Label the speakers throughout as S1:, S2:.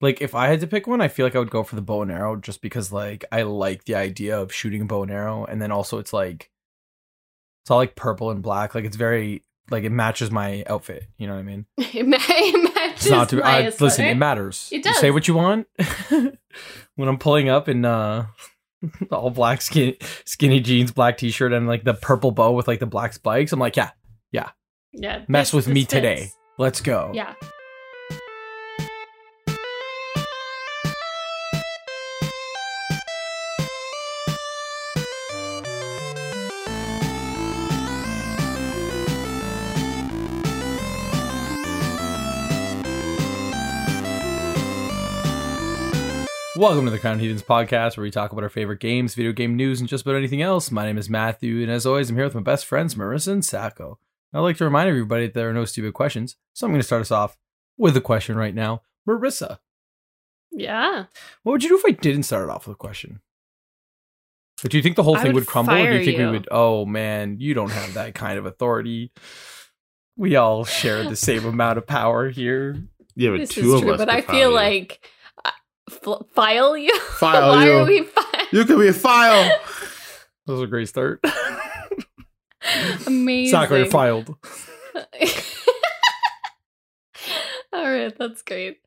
S1: Like if I had to pick one, I feel like I would go for the bow and arrow just because like I like the idea of shooting a bow and arrow and then also it's like it's all like purple and black. Like it's very like it matches my outfit, you know what I mean?
S2: it ma- it matches
S1: It's not to
S2: my
S1: I, listen, it
S2: aesthetic.
S1: matters.
S2: It
S1: You
S2: does.
S1: say what you want. when I'm pulling up in uh all black skin skinny jeans, black t-shirt and like the purple bow with like the black spikes, I'm like, yeah,
S2: yeah,
S1: mess
S2: this-
S1: with
S2: this
S1: me
S2: fits.
S1: today. Let's go.
S2: Yeah.
S1: Welcome to the Crown Heathens podcast, where we talk about our favorite games, video game news, and just about anything else. My name is Matthew, and as always, I'm here with my best friends, Marissa and Sacco. I'd like to remind everybody that there are no stupid questions, so I'm going to start us off with a question right now. Marissa,
S2: Yeah.
S1: what would you do if I didn't start it off with a question? Like, do you think the whole
S2: I
S1: thing
S2: would
S1: would, crumble, or do
S2: fire
S1: you think
S2: you.
S1: we would? Oh man, you don't have that kind of authority. We all share the same amount of power here.
S3: Yeah, but
S2: This
S3: two
S2: is
S3: of
S2: true,
S3: us.
S2: but
S3: could
S2: I
S3: file
S2: feel
S3: you.
S2: like uh, fl- file you.
S3: File
S2: Why
S3: you.
S2: are we file?
S3: you could be a file.
S1: That was a great start.
S2: Amazing.
S1: Sacco, you're filed.
S2: All right, that's great.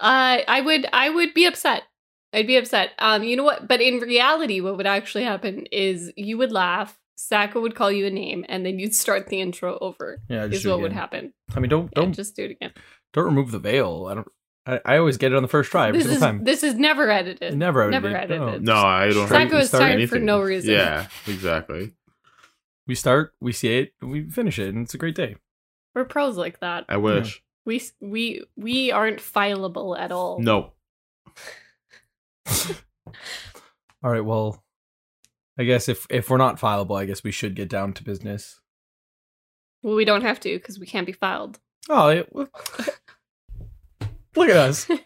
S2: I I would I would be upset. I'd be upset. Um, you know what? But in reality, what would actually happen is you would laugh. Saka would call you a name, and then you'd start the intro over.
S1: Yeah, just
S2: Is
S1: do it
S2: what would
S1: again.
S2: happen.
S1: I mean, don't
S2: Yeah,
S1: don't
S2: just do it again.
S1: Don't remove the veil. I don't. I, I always get it on the first try every
S2: This
S1: single
S2: is
S1: time.
S2: this is never edited.
S1: Never edited. Oh.
S2: never edited.
S3: No, I don't.
S1: Straight
S3: have
S2: Sacco
S3: to
S2: is
S3: start
S2: tired for
S3: anything.
S2: no reason.
S3: Yeah, exactly.
S1: We start, we see it, we finish it, and it's a great day.
S2: We're pros like that.
S3: I wish.
S2: We s- we we aren't fileable at all.
S3: No.
S1: All right. Well, I guess if if we're not fileable, I guess we should get down to business.
S2: Well, we don't have to because we can't be filed.
S1: Oh, it, look at us.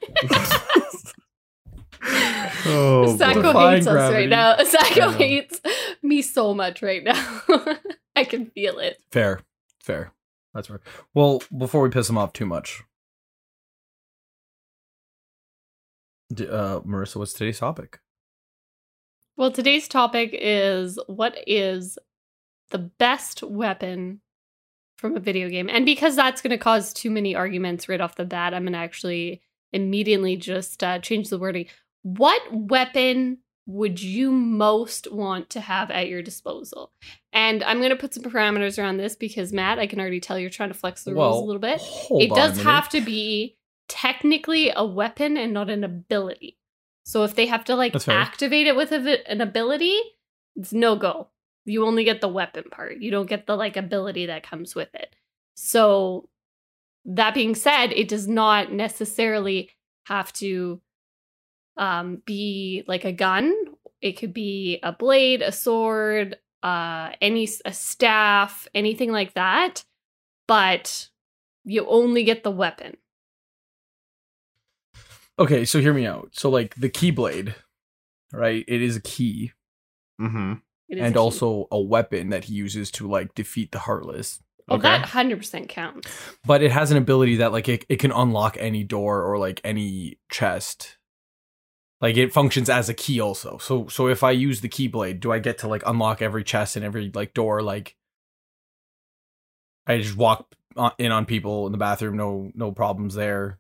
S1: Sacco-
S3: Oh, boy.
S2: Sacco
S1: Defying
S2: hates us
S1: gravity.
S2: right now.
S1: I
S2: Sacco
S1: know.
S2: hates me so much right now. I can feel it.
S1: Fair, fair. That's fair. Well, before we piss him off too much, D- uh, Marissa, what's today's topic?
S2: Well, today's topic is what is the best weapon from a video game? And because that's going to cause too many arguments right off the bat, I'm going to actually immediately just uh, change the wording. What weapon would you most want to have at your disposal? And I'm going to put some parameters around this because, Matt, I can already tell you're trying to flex the rules a little bit.
S1: hold
S2: it
S1: on
S2: does
S1: a minute.
S2: have to be technically a weapon and not an ability. So if they have to like
S1: That's fair.
S2: activate it with a, an ability, it's no go. You only get the weapon part. You don't get the like ability that comes with it. So that being said, it does not necessarily have to um, be like a gun. It could be a blade, a sword, uh, any s- a staff, anything like that. But you only get the weapon.
S1: Okay, so hear me out. So like the keyblade, right? It is a key
S3: Mm-hmm.
S2: It is
S1: and
S2: a key.
S1: also a weapon that he uses to like defeat the heartless.
S2: well,
S3: okay.
S2: that hundred percent counts.
S1: But it has an ability that like it, it can unlock any door or like any chest. Like it functions as a key also. So so if I use the keyblade, do I get to like unlock every chest and every like door like I just walk on- in on people in the bathroom, no no problems there.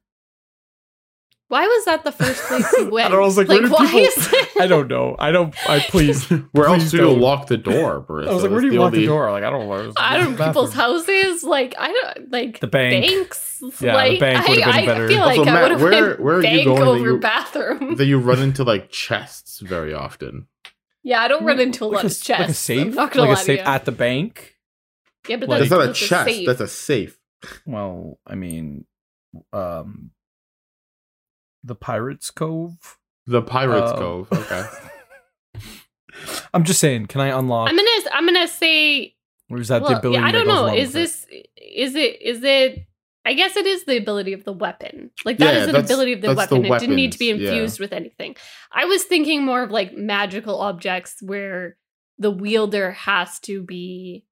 S2: Why was that the first place
S1: I
S2: you went?
S1: don't know, I was like, where did
S2: why
S1: people-
S2: is it-
S1: I don't know. I don't I please
S3: Where
S1: Please
S3: else do you
S1: don't.
S3: lock the door, Marissa?
S1: I was like, where do
S3: That's
S1: you
S3: the
S1: lock the
S3: only-
S1: door? Like I don't know.
S2: I don't know people's
S1: house.
S2: houses. Like I don't like
S1: The bank.
S2: banks.
S1: Yeah, the
S2: like,
S1: bank would've
S2: I,
S1: been better.
S2: I feel like
S3: Also,
S2: I
S3: Matt,
S2: would have
S3: where-
S2: went
S3: where are you
S2: bank
S3: going that
S2: over
S3: you-
S2: bathroom.
S3: That you run into like chests very often.
S2: yeah, I don't run into a
S1: like
S2: lot of chests.
S1: Like a safe,
S2: I'm not gonna
S1: like
S2: lie
S1: a safe
S2: to you.
S1: at the bank.
S2: yeah, but
S1: Like-
S2: that's,
S3: That's not a
S2: that's
S3: chest.
S2: safe.
S3: That's a safe.
S1: Well, I mean, um, the Pirates Cove.
S3: The Pirates
S1: Uh,
S3: Cove. Okay.
S1: I'm just saying. Can I unlock?
S2: I'm gonna I'm gonna say.
S1: or is that
S2: well,
S1: the ability?
S2: yeah, I
S1: that
S2: don't
S1: goes
S2: know.
S1: along
S2: Is
S1: with it?
S2: this is it is it? I guess it is the ability of the weapon. Like that
S3: Yeah,
S2: is an
S3: that's-
S2: ability of the
S3: that's the
S2: weapon. it didn't need to be
S3: weapons, yeah.
S2: infused with anything. I was thinking more of like magical objects where the wielder has to be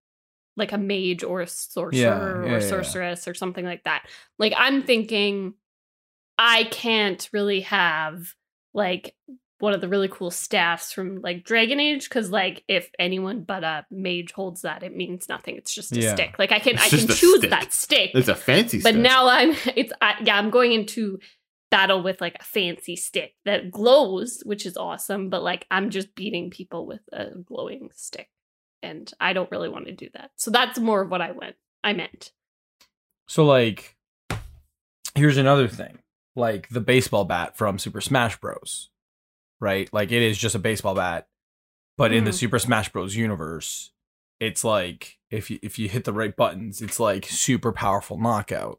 S2: like a mage or a sorcerer
S1: yeah,
S2: or
S1: yeah, yeah.
S2: sorceress or something like that. Like I'm thinking I can't really have like one of the really cool staffs from like Dragon Age because like if anyone but a mage holds that, it means nothing. It's just a
S1: Yeah.
S2: stick. Like I can
S3: It's
S2: I can
S3: just a
S2: choose
S3: stick.
S2: that stick.
S3: It's a fancy
S2: but
S3: stick.
S2: now I'm it's I, yeah I'm going into battle with like a fancy stick that glows, which is awesome. But like I'm just beating people with a glowing stick, and I don't really want to do that. So that's more of what I went I meant.
S1: So like here's another thing. Like the baseball bat from Super Smash Bros. Right? Like it is just a baseball bat, but in the
S2: Mhm.
S1: Super Smash Bros universe, it's like if you if you hit the right buttons, it's like super powerful knockout.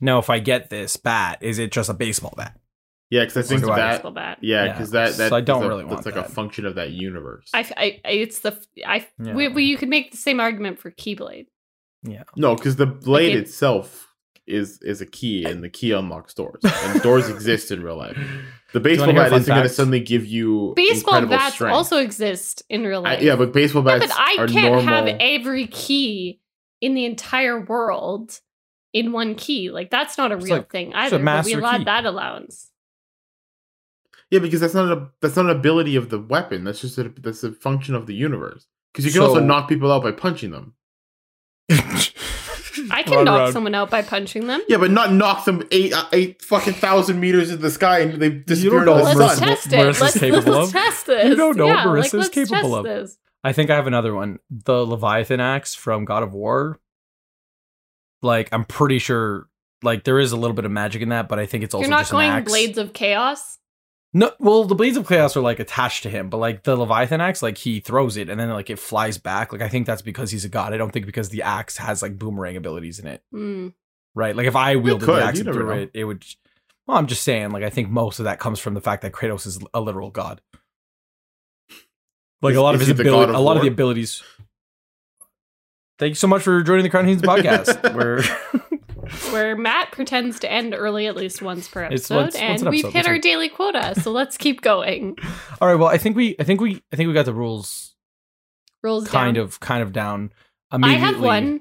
S1: Now if I get this bat, is it just a baseball bat?
S3: yeah, because I think
S1: do I-
S3: that
S2: Baseball bat.
S3: yeah,
S1: Yeah.
S3: because that that
S1: So I don't
S3: is a-
S1: really want
S3: that's like a
S1: that.
S3: function of that universe.
S2: I, f- I- I- it's the f- I
S1: Yeah.
S2: we, we, you could make the same argument for Keyblade.
S3: no, because the blade
S2: it-
S3: itself is is a key, and the key unlocks doors, and doors exist in real life. The
S1: you wanna
S3: baseball
S1: hear a
S3: bat
S1: fun
S3: isn't going to
S1: fact?
S3: suddenly give you
S2: Baseball
S3: incredible
S2: bats
S3: strength.
S2: also exist in real
S3: I-
S2: life.
S3: yeah, but baseball
S2: Yeah,
S3: bats
S2: but I
S3: are
S2: can't
S3: normal.
S2: have every key in the entire world in one key. Like that's not a
S1: It's
S2: real
S1: like-
S2: thing
S1: a
S2: either. but we
S1: master
S2: allowed
S1: key.
S2: that allowance.
S3: Yeah, because that's not a that's not an ability of the weapon. That's just a that's a function of the universe. Because you can also
S1: So-
S3: knock people out by punching them.
S2: I can
S1: Run
S2: knock
S1: around.
S2: someone out by punching them.
S3: Yeah, but not knock them eight uh, eight fucking thousand meters into the sky and they disappear into
S1: know
S3: the
S1: what
S2: Let's
S1: Marissa's-
S3: sun.
S2: test it.
S1: Marissa's
S2: let's,
S1: capable
S2: let's
S1: of.
S2: test this.
S1: You don't know what
S2: yeah,
S1: Marissa's
S2: like, let's
S1: capable
S2: test
S1: of.
S2: This.
S1: I think I have another one. The Leviathan axe from God of War. Like I'm pretty sure like there is a little bit of magic in that, but I think it's also
S2: You're not
S1: just an
S2: going
S1: axe.
S2: Blades of Chaos.
S1: No, well, the blades of chaos are like attached to him, but like the Leviathan axe, like he throws it and then like it flies back. Like I think that's because he's a god. I don't think because the axe has like boomerang abilities in it,
S2: Mm.
S1: right? Like if I wielded
S3: could,
S1: the axe
S3: you
S1: and
S3: never
S1: threw
S3: know.
S1: it, it would. Well, I'm just saying. Like I think most of that comes from the fact that Kratos is a literal god. Like
S3: Is-
S1: a lot of
S3: is
S1: his
S3: he the god
S1: ability,
S3: of
S1: a lot of the
S3: war?
S1: abilities. Thank you so much for joining the Crown Heathens podcast. We're
S2: Where Matt pretends to end early at least once per episode,
S1: It's once- once
S2: and
S1: an
S2: we've
S1: episode,
S2: hit
S1: that's
S2: our
S1: right.
S2: daily quota, so let's keep going.
S1: all right. Well, I think we, I think we, I think we got the rules
S2: Rules
S1: kind
S2: down.
S1: of, kind of down.
S2: I have
S1: immediately.
S2: one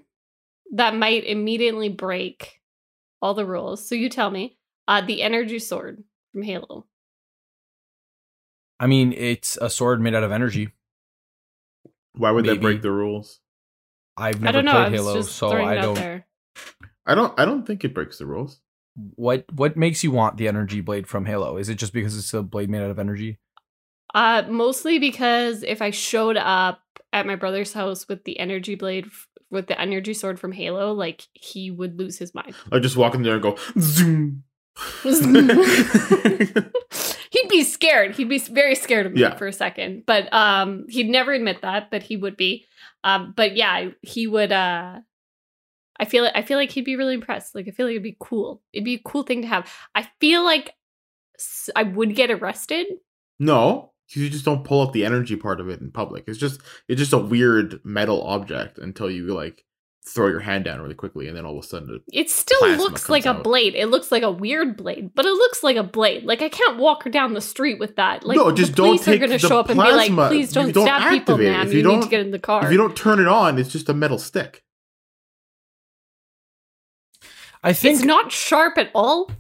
S2: that might immediately break all the rules. So you tell me. Uh, the energy sword from Halo.
S1: I mean, it's a sword made out of energy.
S3: Why would
S1: Maybe.
S3: that break the rules?
S1: I've
S2: I
S1: never
S2: don't know. I
S1: played
S2: was
S1: Halo,
S2: just
S1: so
S2: throwing
S1: I
S2: it out
S1: don't.
S2: there.
S3: I don't I don't think it breaks the rules.
S1: What what makes you want the energy blade from Halo? Is it just because it's a blade made out of energy?
S2: Uh, mostly because if I showed up at my brother's house with the energy blade, f- with the energy sword from Halo, like he would lose his mind.
S3: I just walk in there and go zoom.
S2: He'd be scared. He'd be very scared of me
S3: Yeah.
S2: for a second. But um he'd never admit that, but he would be. Um but yeah, he would uh I feel I feel like he'd be really impressed. Like I feel like it'd be cool. It'd be a cool thing to have. I feel like s- I would get arrested.
S3: no, 'cause you just don't pull up the energy part of it in public. It's just it's just a weird metal object until you like throw your hand down really quickly and then all of a sudden it
S2: It still
S3: Plasma
S2: looks
S3: comes
S2: like a
S3: out.
S2: blade. It looks like a weird blade, but it looks like a blade. Like I can't walk her down the street with that. Like
S3: No, just
S2: the
S3: don't
S2: police are
S3: take
S2: going to
S3: the
S2: show up and be
S3: plasma.
S2: like, "Please
S3: You
S2: don't,
S3: don't
S2: stab people,
S3: activate it.
S2: ma'am.
S3: If
S2: You,
S3: you
S2: need to
S3: don't-
S2: get in the car."
S3: If you don't turn it on, it's just a metal stick.
S1: I think
S2: it's not sharp at all.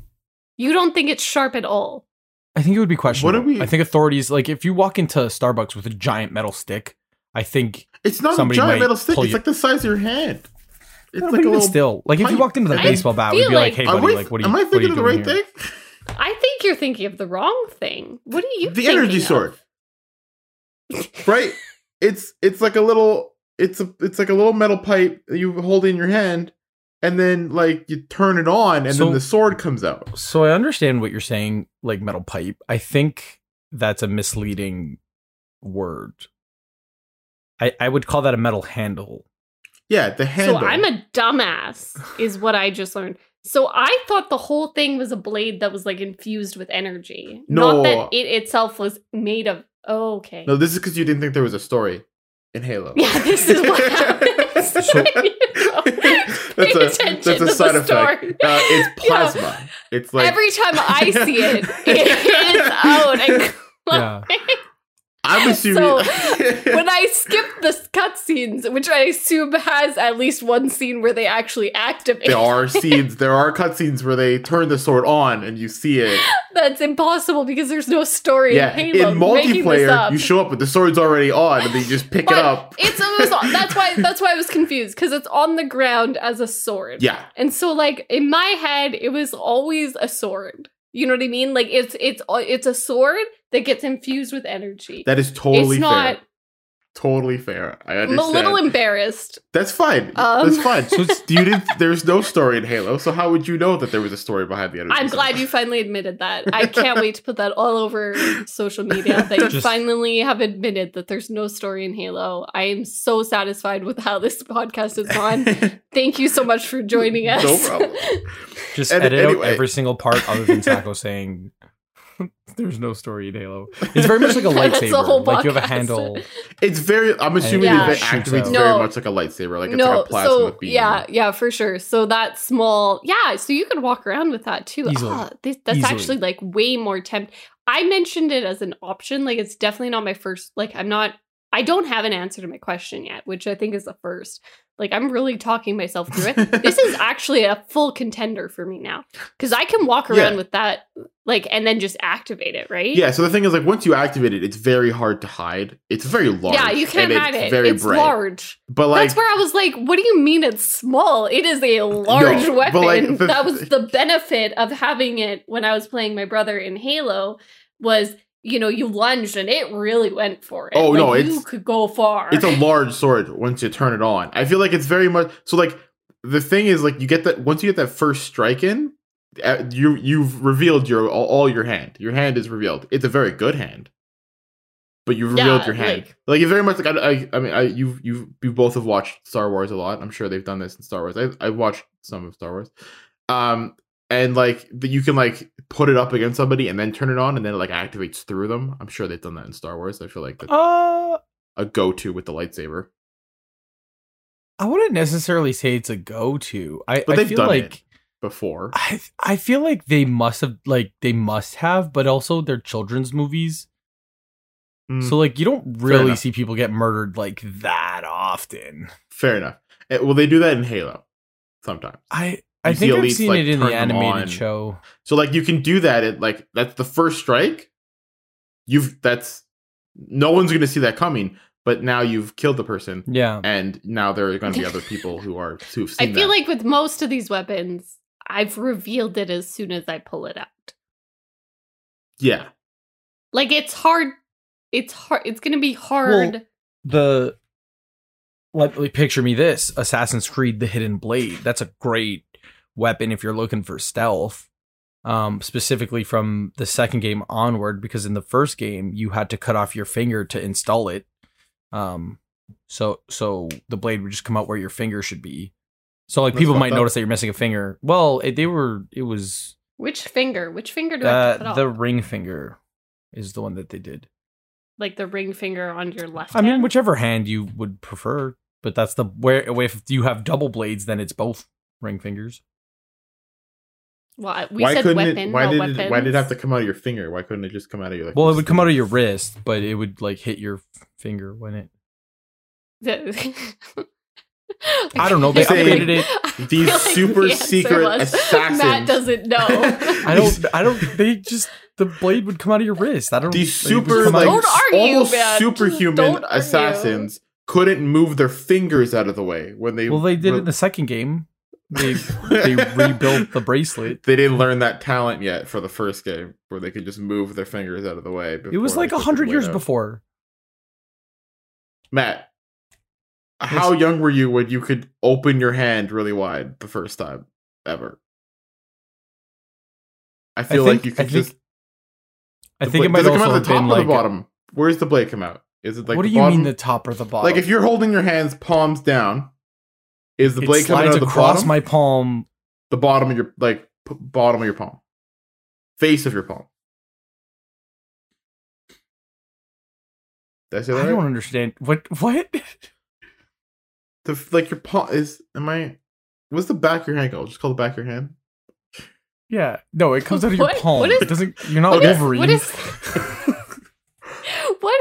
S2: You don't think it's sharp at all.
S1: I think it would be questionable.
S3: we-
S1: I think authorities like if you walk into Starbucks with a giant metal stick, I think
S3: It's not
S1: Somebody
S3: a
S1: might
S3: giant metal stick.
S1: pull
S3: It's
S1: you-
S3: like the size of your hand. It's
S1: No,
S3: like
S1: but
S3: a
S1: even
S3: little.
S1: still like if you
S3: pipe.
S1: walked into the
S3: I
S1: baseball bat,
S2: feel
S1: we'd be like,
S2: like-
S1: "Hey
S3: Am
S1: buddy,
S3: I-
S1: like what are you?
S3: am I
S1: what are you
S3: thinking of the
S1: doing
S3: right
S1: here?
S3: thing?
S2: I think you're thinking of the wrong thing. What are you?
S3: the
S2: thinking
S3: energy
S2: of?
S3: sword, right? It's it's like a little. It's a it's like a little metal pipe that you hold in your hand, and then like you turn it on, and
S1: So-
S3: then the sword comes out.
S1: So I understand what you're saying, like metal pipe. I think that's a misleading word. I I would call that a metal handle.
S3: Yeah, the handle.
S2: So I'm a dumbass, is what I just learned. So I thought the whole thing was a blade that was like infused with energy. Not
S3: No.
S2: that it itself was made of. Oh, okay.
S3: no, this is because you didn't think there was a story in Halo.
S2: Yeah, this is what happens.
S1: So-
S2: Pay
S3: that's a
S2: attention
S3: that's a
S2: to the
S3: side effect.
S2: story.
S3: Uh, it's
S2: Yeah.
S3: plasma. It's like
S2: Every time I see it, it is out. And
S1: Yeah.
S3: I'm assuming
S2: So, when I skipped the cutscenes, which I assume has at least one scene where they actually activate.
S3: There are scenes, there are cutscenes where they turn the sword on and you see it.
S2: That's impossible because there's no story
S3: yeah,
S2: in Halo.
S3: in
S2: I'm making this
S3: multiplayer,
S2: up.
S3: you show up with the sword's already on and then you just pick
S2: But
S3: it up.
S2: it's it was on- that's why that's why I was confused because it's on the ground as a sword.
S3: Yeah,
S2: And so like in my head it was always a sword. You know what I mean? Like it's it's it's a sword that gets infused with energy.
S3: that is totally
S2: it's not
S3: fair. Totally fair. I
S2: I'm a
S3: understand.
S2: little embarrassed.
S3: That's fine.
S2: Um,
S3: That's fine. So it's, you did. There's no story in Halo, so how would you know that there was a story behind the energy?
S2: I'm
S3: source?
S2: glad you finally admitted that. I can't wait to put that all over social media that you
S1: Just-
S2: finally have admitted that there's no story in Halo. I am so satisfied with how this podcast is gone. Thank you so much for joining us.
S3: No problem.
S1: Just
S3: And
S1: edit
S3: anyway-
S1: out every single part other than Taco saying there's no story in Halo. It's very much like a
S2: That's the
S1: lightsaber.
S2: whole
S1: like you have
S2: podcast.
S1: a handle.
S3: It's very. I'm assuming
S2: Yeah.
S3: that it
S1: Shoots
S3: activates
S1: out.
S3: very
S2: No.
S3: much like a lightsaber, like it's like a plasma
S2: so
S3: beam.
S2: yeah, yeah, for sure. So that small, yeah. So you can walk around with that too.
S1: Easily.
S2: Ah, this, that's
S1: Easily.
S2: actually like way more tempt. I mentioned it as an option. Like it's definitely not my first. Like I'm not. I don't have an answer to my question yet, which I think is the first. Like I'm really talking myself through it. this is actually a full contender for me now because I can walk around
S3: Yeah.
S2: with that, like, and then just activate it, right?
S3: Yeah. So the thing is, like, once you activate it, it's very hard to hide. It's very large.
S2: yeah, you can't
S3: and
S2: hide
S3: it's
S2: it.
S3: Very
S2: it's
S3: bright.
S2: large.
S3: But like,
S2: That's where I was like, what do you mean it's small? It is a large
S3: No, but,
S2: weapon.
S3: like, the-
S2: that was the benefit of having it when I was playing my brother in Halo was, you know, you lunged and it really went for it.
S3: Oh,
S2: Like,
S3: no,
S2: you
S3: it's-
S2: could go far.
S3: it's a large sword once you turn it on. I feel like it's very much so like the thing is like you get that once you get that first strike in, uh, you you've revealed your all, all your hand. Your hand is revealed. It's a very good hand. But you've revealed
S2: Yeah,
S3: your hand.
S2: like-
S3: Like, it very much like I, I, I mean I you've you've you both have watched Star Wars a lot. I'm sure they've done this in Star Wars. I I watched some of Star Wars. Um and like that you can like put it up against somebody and then turn it on and then it like activates through them. I'm sure they've done that in Star Wars. I feel like
S2: Oh.
S3: that's
S1: Uh,
S3: a go-to with the lightsaber.
S1: I wouldn't necessarily say it's a go-to. I,
S3: But
S1: I
S3: they've
S1: feel
S3: done it.
S1: like
S3: before.
S1: I I feel like they must have like they must have, but also they're children's movies.
S3: Mm,
S1: So like you don't really
S3: enough.
S1: see people get murdered like that often.
S3: fair enough. Eh, Well, they do that in Halo sometimes.
S1: I I
S3: You see
S1: think I've
S3: elites,
S1: seen
S3: like,
S1: it in
S3: turn
S1: the
S3: them on.
S1: animated show.
S3: So like you can do that at like that's the first strike. You've that's no one's gonna see that coming, but now you've killed the person,
S1: Yeah.
S3: and now there are gonna be other people who are who've
S2: I
S3: seen.
S2: feel
S3: that.
S2: like with most of these weapons, I've revealed it as soon as I pull it out.
S3: yeah,
S2: Like it's hard. It's hard. It's going to be hard.
S1: the let me picture me this assassin's creed the hidden blade that's a great weapon if you're looking for stealth um specifically from the second game onward because in the first game you had to cut off your finger to install it um so so the blade would just come out where your finger should be so like
S3: That's
S1: people might
S3: fucked up.
S1: notice that you're missing a finger well it, they were it was
S2: Which finger? Which finger do I have to
S1: uh,
S2: cut
S1: the
S2: off?
S1: ring finger is the one that they did
S2: Like the ring finger on your left.
S1: I mean,
S2: hand?
S1: whichever hand you would prefer, but that's the where where if you have double blades, then it's both ring fingers.
S2: Well, I- we
S3: why
S2: said
S3: couldn't
S2: weapon.
S3: it? Why
S2: not
S3: did
S2: weapons.
S3: it? Why did it have to come out of your finger? Why couldn't it just come out of your? Like,
S1: Well, it would come out of your wrist, but it would like hit your finger when it.
S2: I
S1: I don't know,
S3: they updated
S1: it.
S3: These super secret
S2: Matt
S3: assassins.
S2: doesn't know.
S1: I don't. I don't. They just the blade would come out of your wrist. I don't.
S3: These
S1: like, it would
S3: super
S1: come
S3: like
S1: out-
S2: Don't argue,
S3: almost
S2: man. Don't
S3: superhuman
S2: argue.
S3: assassins couldn't move their fingers out of the way when they
S1: well, they did it
S3: were-
S1: in the second game. They they rebuilt the bracelet.
S3: They didn't learn that talent yet for the first game, where they could just move their fingers out of the way.
S1: It was
S3: before
S1: like
S3: they
S1: a
S3: took
S1: hundred
S3: the
S1: years
S3: blade out.
S1: before.
S3: Matt, how young were you when you could open your hand really wide the first time ever? I feel
S1: think-
S3: like you
S1: I
S3: could
S1: think-
S3: just.
S1: I
S3: the
S1: think it
S3: blade-
S1: might
S3: does
S1: also
S3: come out
S1: have
S3: of the top
S1: been
S3: or
S1: like.
S3: the bottom. Where's the blade come out? Is it like
S1: what
S3: the
S1: do you mean
S3: bottom?
S1: the top or the bottom?
S3: like if you're holding your hands palms down, is the
S1: It
S3: blade coming
S1: slides
S3: out of the
S1: across
S3: bottom?
S1: my palm
S3: the bottom of your like p- bottom of your palm, face of your palm. Did I say that?
S1: I
S3: right?
S1: don't understand what what.
S3: The f- like your palm is. Am I? What's the back of your hand called? Just call the back of your hand.
S1: Yeah, no, it comes out of your
S2: What-
S1: palm.
S2: what is-
S1: it doesn't. You're not
S2: What is-
S1: Wolverine.
S2: what is- What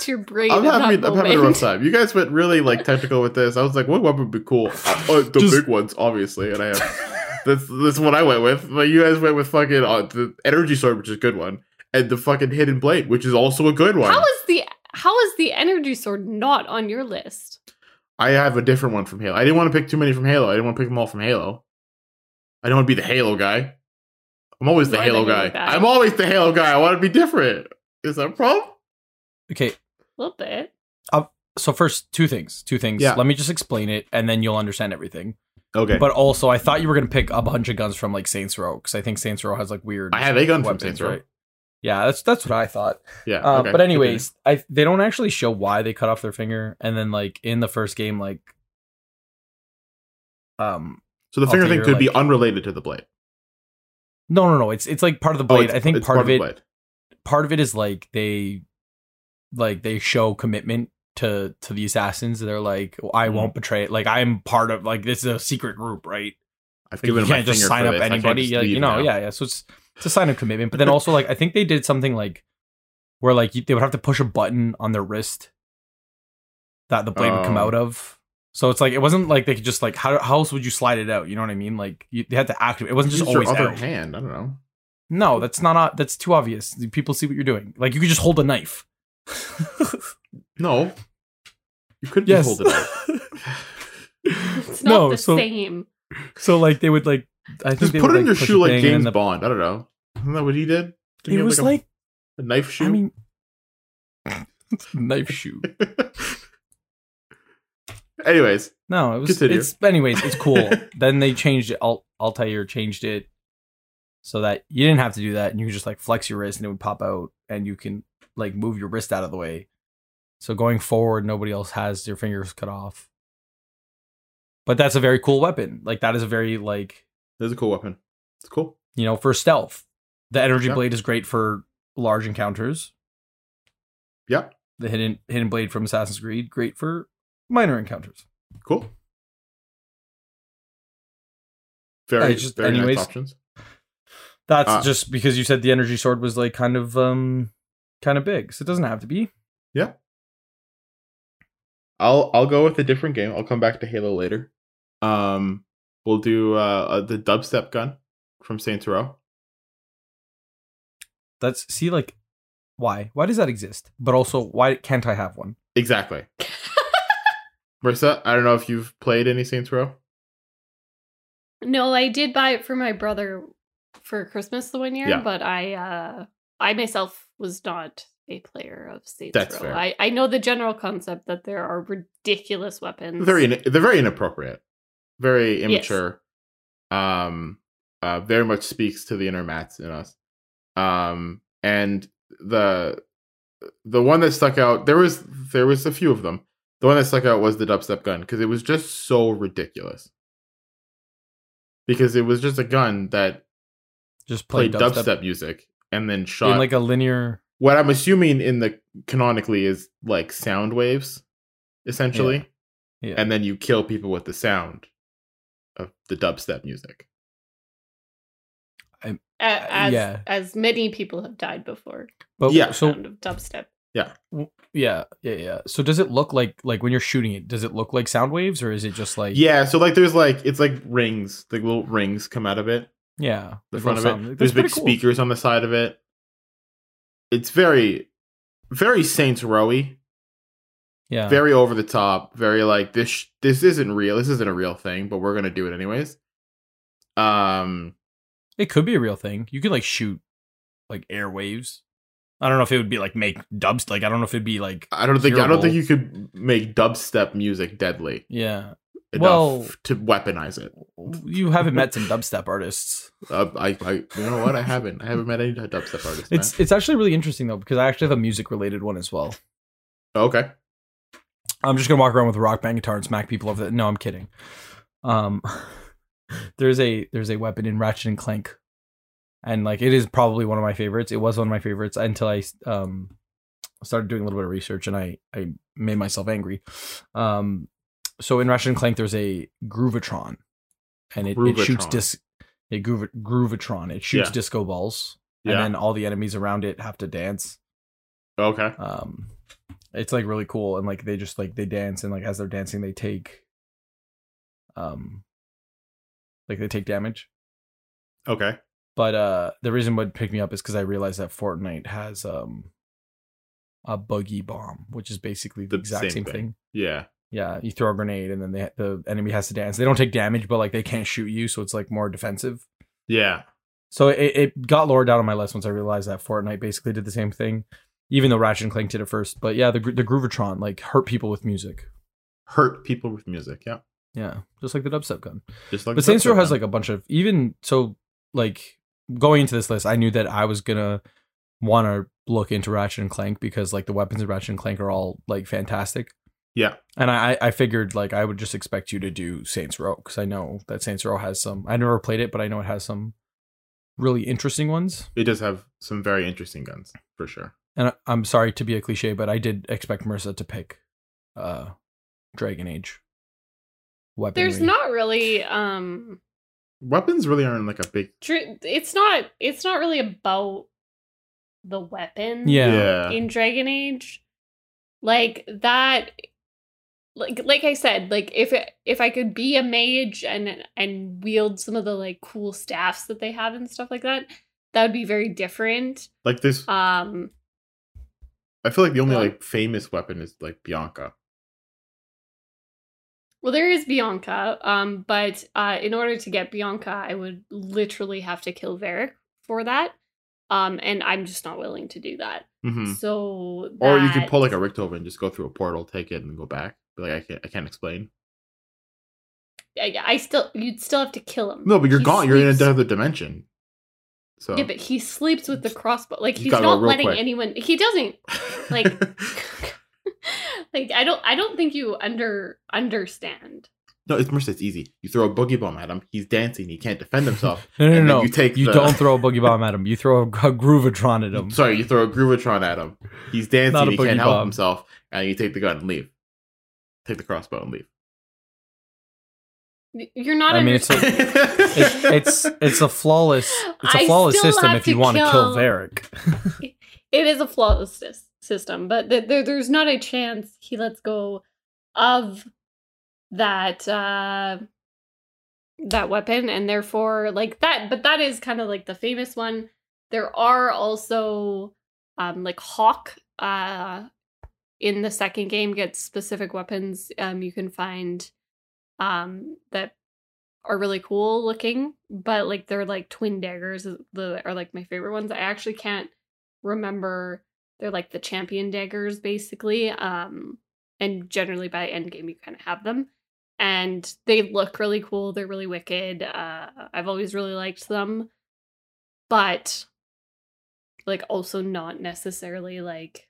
S2: to your brain.
S3: I'm
S2: at
S3: having,
S2: that
S3: I'm having a rough
S2: moment.
S3: time. You guys went really like technical with this. I was like, what weapon would be cool? Uh, oh, the
S1: Just-
S3: big ones, obviously. And I have that's that's what I went with. But you guys went with fucking uh, the energy sword, which is a good one, and the fucking hidden blade, which is also a good one.
S2: How is the how is the energy sword not on your list?
S3: I have a different one from Halo. I didn't want to pick too many from Halo. I didn't want to pick them all from Halo. I don't want to be the Halo guy. I'm always the
S2: You are the
S3: Halo guy.
S2: Halo guy.
S3: I'm always the Halo guy. I want to be different. Is that a problem?
S1: Okay,
S2: A little bit.
S1: so first two things, two things.
S3: Yeah.
S1: Let me just explain it, and then you'll understand everything.
S3: Okay.
S1: But also, I thought you were gonna pick a bunch of guns from like Saints Row because I think Saints Row has like weird.
S3: I have a gun from
S1: weapons,
S3: Saints Row.
S1: right? Yeah, that's that's what I thought.
S3: Yeah.
S1: Uh,
S3: okay.
S1: But anyways, I they don't actually show why they cut off their finger, and then like in the first game, like, um,
S3: so the
S1: I'll
S3: finger
S1: figure,
S3: thing could be
S1: like-
S3: unrelated to the blade.
S1: no, no, no, it's it's like part of the
S3: Oh,
S1: blade.
S3: it's-
S1: I think
S3: it's
S1: part of
S3: the
S1: it,
S3: blade.
S1: part of it is like they, like they show commitment to to the assassins. They're like, I
S3: Mhm.
S1: won't betray it. Like I'm part of like this is a secret group, right?
S3: I've
S1: Like, you
S3: given him my
S1: can't just
S3: finger
S1: sign
S3: for
S1: up
S3: this. I can't
S1: anybody.
S3: just
S1: like,
S3: leave
S1: you know,
S3: now.
S1: yeah, yeah. So it's it's a sign of commitment. But then also like I think they did something like where like you, they would have to push a button on their wrist that the blade would come
S3: Oh.
S1: out of. So it's like it wasn't like they could just like how how else would you slide it out? You know what I mean? Like you, they had to activate. It wasn't just
S3: Use your
S1: always
S3: other
S1: out.
S3: hand. I don't know.
S1: No, that's not uh, that's too obvious. People see what you're doing. Like you could just hold a knife.
S3: No, you could
S1: yes.
S3: just hold it out.
S2: It's not
S1: no,
S2: the
S1: so
S2: same.
S1: so like they would like I think
S3: Just
S1: they
S3: put
S1: would,
S3: it in your
S1: push
S3: shoe
S1: a
S3: like
S1: thing and
S3: James
S1: then
S3: Bond. I don't know. Isn't that what he did? Didn't
S1: the-
S3: he
S1: It
S3: have,
S1: was
S3: a-
S1: like
S3: a, knife shoe.
S1: I mean knife shoe.
S3: Anyways,
S1: No, it was.
S3: Continue.
S1: It's anyways. It's cool. then they changed it. Al- Altair changed it so that you didn't have to do that, and you could just like flex your wrist, and it would pop out, and you can like move your wrist out of the way. So going forward, nobody else has their fingers cut off. But that's a very cool weapon. Like that is a very like
S3: there's a cool weapon. It's cool.
S1: you know for stealth. The energy
S3: Yeah.
S1: blade is great for large encounters.
S3: Yeah,
S1: The hidden hidden blade from Assassin's Creed great for minor encounters.
S3: cool. Very,
S1: it's just-
S3: very
S1: anyways.
S3: nice options.
S1: That's
S3: Uh,
S1: just because you said the energy sword was like kind of um kind of big. So it doesn't have to be.
S3: I'll I'll go with a different game. I'll come back to Halo later. Um, we'll do uh, uh the dubstep gun from Saints Row.
S1: That's see like why? Why does that exist? But also why can't I have one?
S3: Exactly. Marissa, I don't know if you've played any Saints Row.
S2: No, I did buy it for my brother for Christmas the one year,
S3: Yeah.
S2: but I uh I myself was not a player of Saints
S3: That's
S2: Row.
S3: fair.
S2: I, I know the general concept that there are ridiculous weapons.
S3: Very, in- they're very inappropriate, very immature. Um, uh, very much speaks to the inner mats in us. Um, and the the one that stuck out there was there was a few of them. The one that stuck out was the dubstep gun because it was just so ridiculous. Because it was just a gun that
S1: Just play
S3: played
S1: dubstep,
S3: dubstep, music and then shot
S1: in like a linear
S3: what I'm assuming in the canonically is like sound waves, essentially.
S1: Yeah.
S3: And then you kill people with the sound of the dubstep music.
S2: A-
S3: uh,
S2: as
S1: yeah.
S2: as many people have died before.
S1: but
S3: Yeah.
S1: so
S2: sound of dubstep.
S1: yeah, yeah, yeah. So does it look like like when you're shooting it, does it look like sound waves or is it just like
S3: Yeah, so like there's like it's like rings, like little rings come out of it,
S1: yeah,
S3: the
S1: like
S3: front of
S1: little sound-
S3: it.
S1: like,
S3: There's
S1: that's
S3: big
S1: pretty cool.
S3: speakers on the side of it. It's very very Saints Rowy,
S1: Yeah.
S3: very over the top, very like this sh- this isn't real. This isn't a real thing, but we're going to do it anyways. Um
S1: It could be a real thing. You could like shoot like airwaves. I don't know if it would be like make dubs like I don't know if it'd be like
S3: I don't think I don't
S1: Hearable.
S3: think you could make dubstep music deadly.
S1: yeah.
S3: enough
S1: Well-
S3: to weaponize it.
S1: You haven't met some dubstep artists.
S3: Uh, I, I, you know what? I haven't. I haven't met any dubstep artists.
S1: It's it's actually really interesting though because I actually have a music related one as well.
S3: man. okay.
S1: I'm just gonna walk around with a rock band guitar and smack people over the. No, I'm kidding. Um, there's a there's a weapon in Ratchet and Clank, and like it is probably one of my favorites. It was one of my favorites until I um started doing a little bit of research and I I made myself angry. Um, so in Ratchet and Clank, there's a Groovatron, and it, it shoots
S3: Groovatron.
S1: dis. A Groov- Groovatron. It shoots
S3: Yeah.
S1: disco balls,
S3: Yeah.
S1: and then all the enemies around it have to dance.
S3: okay.
S1: Um, It's like really cool, and like they just like they dance, and like as they're dancing, they take, um, like they take damage.
S3: Okay.
S1: But uh, the reason what picked me up is because I realized that Fortnite has um, a buggy bomb, which is basically the,
S3: The
S1: exact
S3: same
S1: same,
S3: thing.
S1: thing.
S3: Yeah.
S1: Yeah, you throw a grenade, and then they, the enemy has to dance. They don't take damage, but like they can't shoot you, so it's like more defensive.
S3: Yeah.
S1: So it, it got lower down on my list once I realized that Fortnite basically did the same thing, even though Ratchet and Clank did it first. But yeah, the gr- the Groovatron like hurt people with music.
S3: Hurt people with music. Yeah.
S1: Yeah, just like the dubstep gun.
S3: Just like
S1: But Saints Row has like a bunch of even so like going into this list, I knew that I was gonna want to look into Ratchet and Clank because like the weapons in Ratchet and Clank are all like fantastic.
S3: Yeah.
S1: and I I I figured like I would just expect you to do Saints Row because I know that Saints Row has some. I never played it, but I know it has some really interesting ones.
S3: it does have some very interesting guns for sure.
S1: And I, I'm sorry to be a cliche, but I did expect Marissa to pick uh Dragon Age weaponry.
S2: There's not really um
S3: Weapons really aren't like a big
S2: true it's not it's not really about the weapon
S1: yeah.
S2: in Dragon Age. Like that like like I said, like if it, if I could be a mage and and wield some of the like cool staffs that they have and stuff like that, that would be very different.
S3: Like this,
S2: Um
S3: I feel like the only
S2: yeah.
S3: like famous weapon is like Bianca.
S2: well there is Bianca, um but uh in order to get Bianca, I would literally have to kill Varric for that. Um and I'm just not willing to do that.
S3: Mhm.
S2: So
S3: Or you can
S2: that-
S3: pull like a Richtofen and just go through a portal, take it, and go back. But like I can't, I can't explain.
S2: I, I still you'd still have to kill him.
S3: No, but you're
S2: He
S3: gone. You're in
S2: sleeps-
S3: another dimension. So
S2: Yeah, but he sleeps with the crossbow. Like
S3: You
S2: he's
S3: gotta go
S2: not
S3: real
S2: letting
S3: quick.
S2: anyone. He doesn't. like- Like I don't. I don't think you under understand.
S3: no, it's Mercy. It's easy. You throw a boogie bomb at him. He's dancing. He can't defend himself.
S1: No, no, no,
S3: And then
S1: no.
S3: you
S1: You,
S3: take the-
S1: don't throw a boogie bomb at him. You throw a, a groovatron at him.
S3: Sorry, you throw a Groovatron at him. He's
S1: Not
S3: dancing.
S1: a
S3: He can't
S1: boogie
S3: help
S1: bomb.
S3: himself, and you take the gun and leave. Take the crossbow and leave.
S2: You're not.
S1: I mean, it's a-
S2: understanding.
S1: It's, it's it's a flawless it's a
S2: I
S1: flawless
S2: still
S1: system
S2: have
S1: if you
S2: to
S1: want to
S2: kill-
S1: kill Varric.
S2: it is a flawless sys- system, but th- there, there's not a chance he lets go of that uh, that weapon, and therefore, like that. But that is kind of like the famous one. There are also um, like hawk uh, in the second game gets specific weapons um, you can find um, that are really cool looking, but like they're like twin daggers. is- The are like my favorite ones. I actually can't remember they're like the champion daggers basically um and generally by end game you kind of have them and they look really cool they're really wicked uh i've always really liked them but like also not necessarily like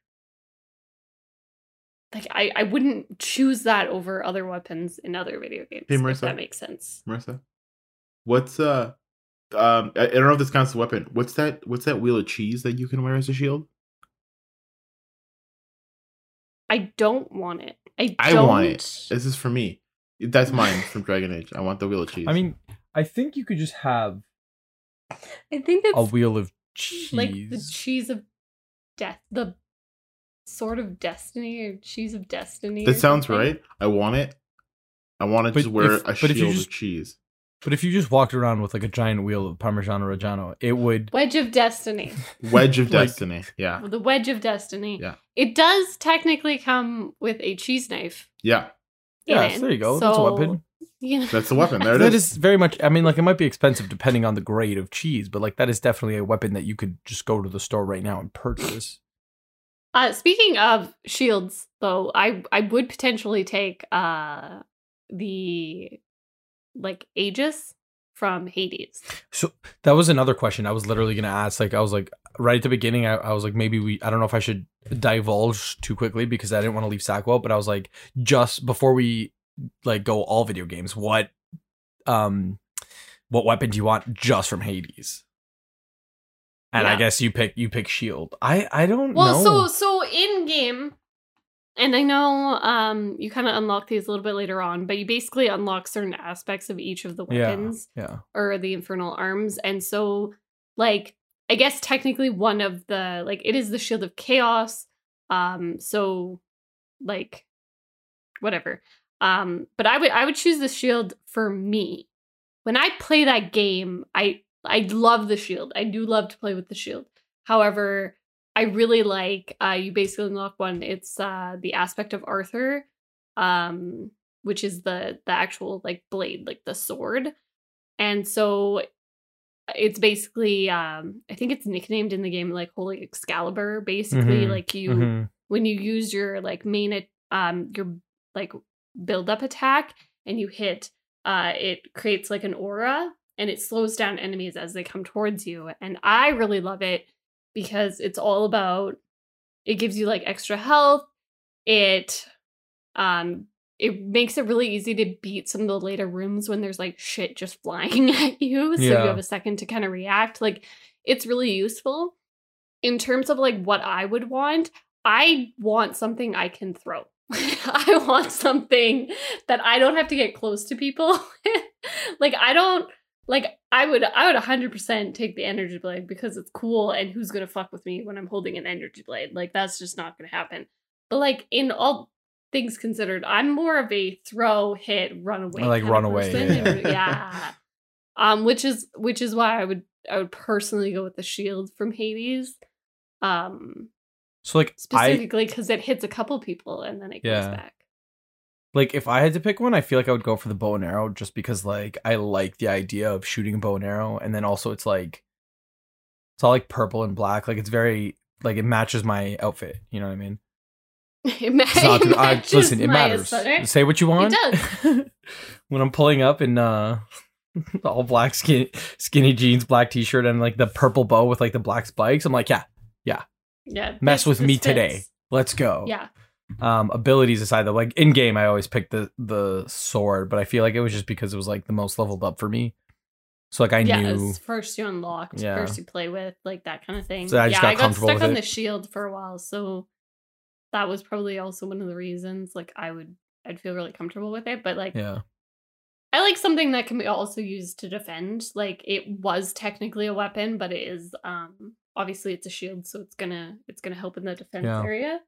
S2: like i i wouldn't choose that over other weapons in other video games
S3: Hey,
S2: if
S3: Marissa.
S2: that makes sense
S3: Marissa, what's uh, um, I, I don't know if this counts as a weapon. What's that? What's that wheel of cheese that you can wear as a shield?
S2: i don't want it i don't
S3: I want it. This is for me. That's mine from Dragon Age. I want the wheel of cheese.
S1: I mean, I think you could just have
S2: i think it's
S1: a wheel of cheese.
S2: like the cheese of death, the sort of destiny or cheese of destiny. or
S3: that sounds
S2: something.
S3: right. I want it. I want to
S1: But
S3: just wear
S1: if-
S3: a
S1: but if you
S3: shield
S1: just-
S3: of cheese.
S1: but if you just walked around with like a giant wheel of Parmesan Reggiano, it would
S2: Wedge of destiny.
S3: Wedge of
S1: Like-
S3: destiny. Yeah.
S2: the wedge of destiny.
S3: Yeah.
S2: It does technically come with a cheese knife.
S3: Yeah.
S2: in
S1: Yes,
S2: it,
S1: there you go. That's a
S2: so,
S1: weapon.
S2: You know,
S3: That's the weapon. There it
S1: That
S3: is.
S1: is very much. I mean, like it might be expensive depending on the grade of cheese, but like that is definitely a weapon that you could just go to the store right now and purchase.
S2: Uh, speaking of shields, though, I I would potentially take uh the like Aegis from Hades.
S1: That was another question I was literally gonna ask. Like I was like right at the beginning, I, I was like maybe we I don't know if I should divulge too quickly because I didn't want to leave Sackwell, but I was like just before we like go all video games, what um what weapon do you want just from Hades? And I
S2: Yeah.
S1: guess you pick you pick Shield. I I don't
S2: Well,
S1: know.
S2: so so in game, and I know um you kind of unlock these a little bit later on, but you basically unlock certain aspects of each of the
S1: Yeah.
S2: weapons
S1: yeah.
S2: or the infernal arms, and so like I guess technically one of the like it is the shield of chaos. Um, so like whatever. Um, but I would I would choose the shield for me. When I play that game, I I love the shield. I do love to play with the shield. However, I really like uh you basically unlock one. It's uh the aspect of Arthur, um, which is the the actual like blade, like the sword. And so it's basically um I think it's nicknamed in the game like Holy Excalibur, basically.
S1: Mhm,
S2: Like you
S1: Mhm.
S2: when you use your like main at- um your like build up attack and you hit uh it creates like an aura and it slows down enemies as they come towards you and i really love it because it's all about it gives you like extra health it um it makes it really easy to beat some of the later rooms when there's like shit just flying at you so
S1: Yeah.
S2: you have a second to kind of react like it's really useful in terms of like what i would want I want something I can throw. I want something that I don't have to get close to people. like I don't like I would I would 100% take the energy blade because it's cool and who's going to fuck with me when I'm holding an energy blade? Like that's just not going to happen. But like in all things considered, I'm more of a throw, hit, run away.
S1: I like
S2: kind of
S1: run away,
S2: person.
S3: yeah.
S2: yeah. Um which is which is why I would I would personally go with the shield from Hades. Um
S1: So like I
S2: specifically because it hits a couple people and then it
S1: Yeah.
S2: goes back.
S1: like if I had to pick one, I feel like I would go for the bow and arrow just because like I like the idea of shooting a bow and arrow, and then also it's like it's all like purple and black, like it's very like it matches my outfit. You know what I mean?
S2: It, ma-
S1: It's not-
S2: it
S1: I-
S2: matches
S1: listen, it
S2: my
S1: matters.
S2: aesthetic.
S1: Say what you want.
S2: does.
S1: when I'm pulling up in uh, all black skin, skinny jeans, black t-shirt, and like the purple bow with like the black spikes, I'm like, yeah,
S2: Yeah,
S1: mess
S2: this-
S1: with
S2: this
S1: me
S2: fits.
S1: today. Let's go.
S2: Yeah,
S1: Um, abilities aside, though, like in game, I always picked the the sword, but I feel like it was just because it was like the most leveled up for me. So like I
S2: yeah.
S1: knew.
S2: it's first you unlocked,
S1: Yeah.
S2: first you play with, like that kind of thing.
S1: So I just
S2: yeah,
S1: got
S2: I got
S1: comfortable
S2: stuck
S1: with
S2: on
S1: it.
S2: the shield for a while, so that was probably also one of the reasons. Like I would, I'd feel really comfortable with it, but like
S1: Yeah.
S2: I like something that can be also used to defend. Like it was technically a weapon, but it is um obviously it's a shield, so it's gonna it's gonna help in the defense
S1: Yeah.
S2: area.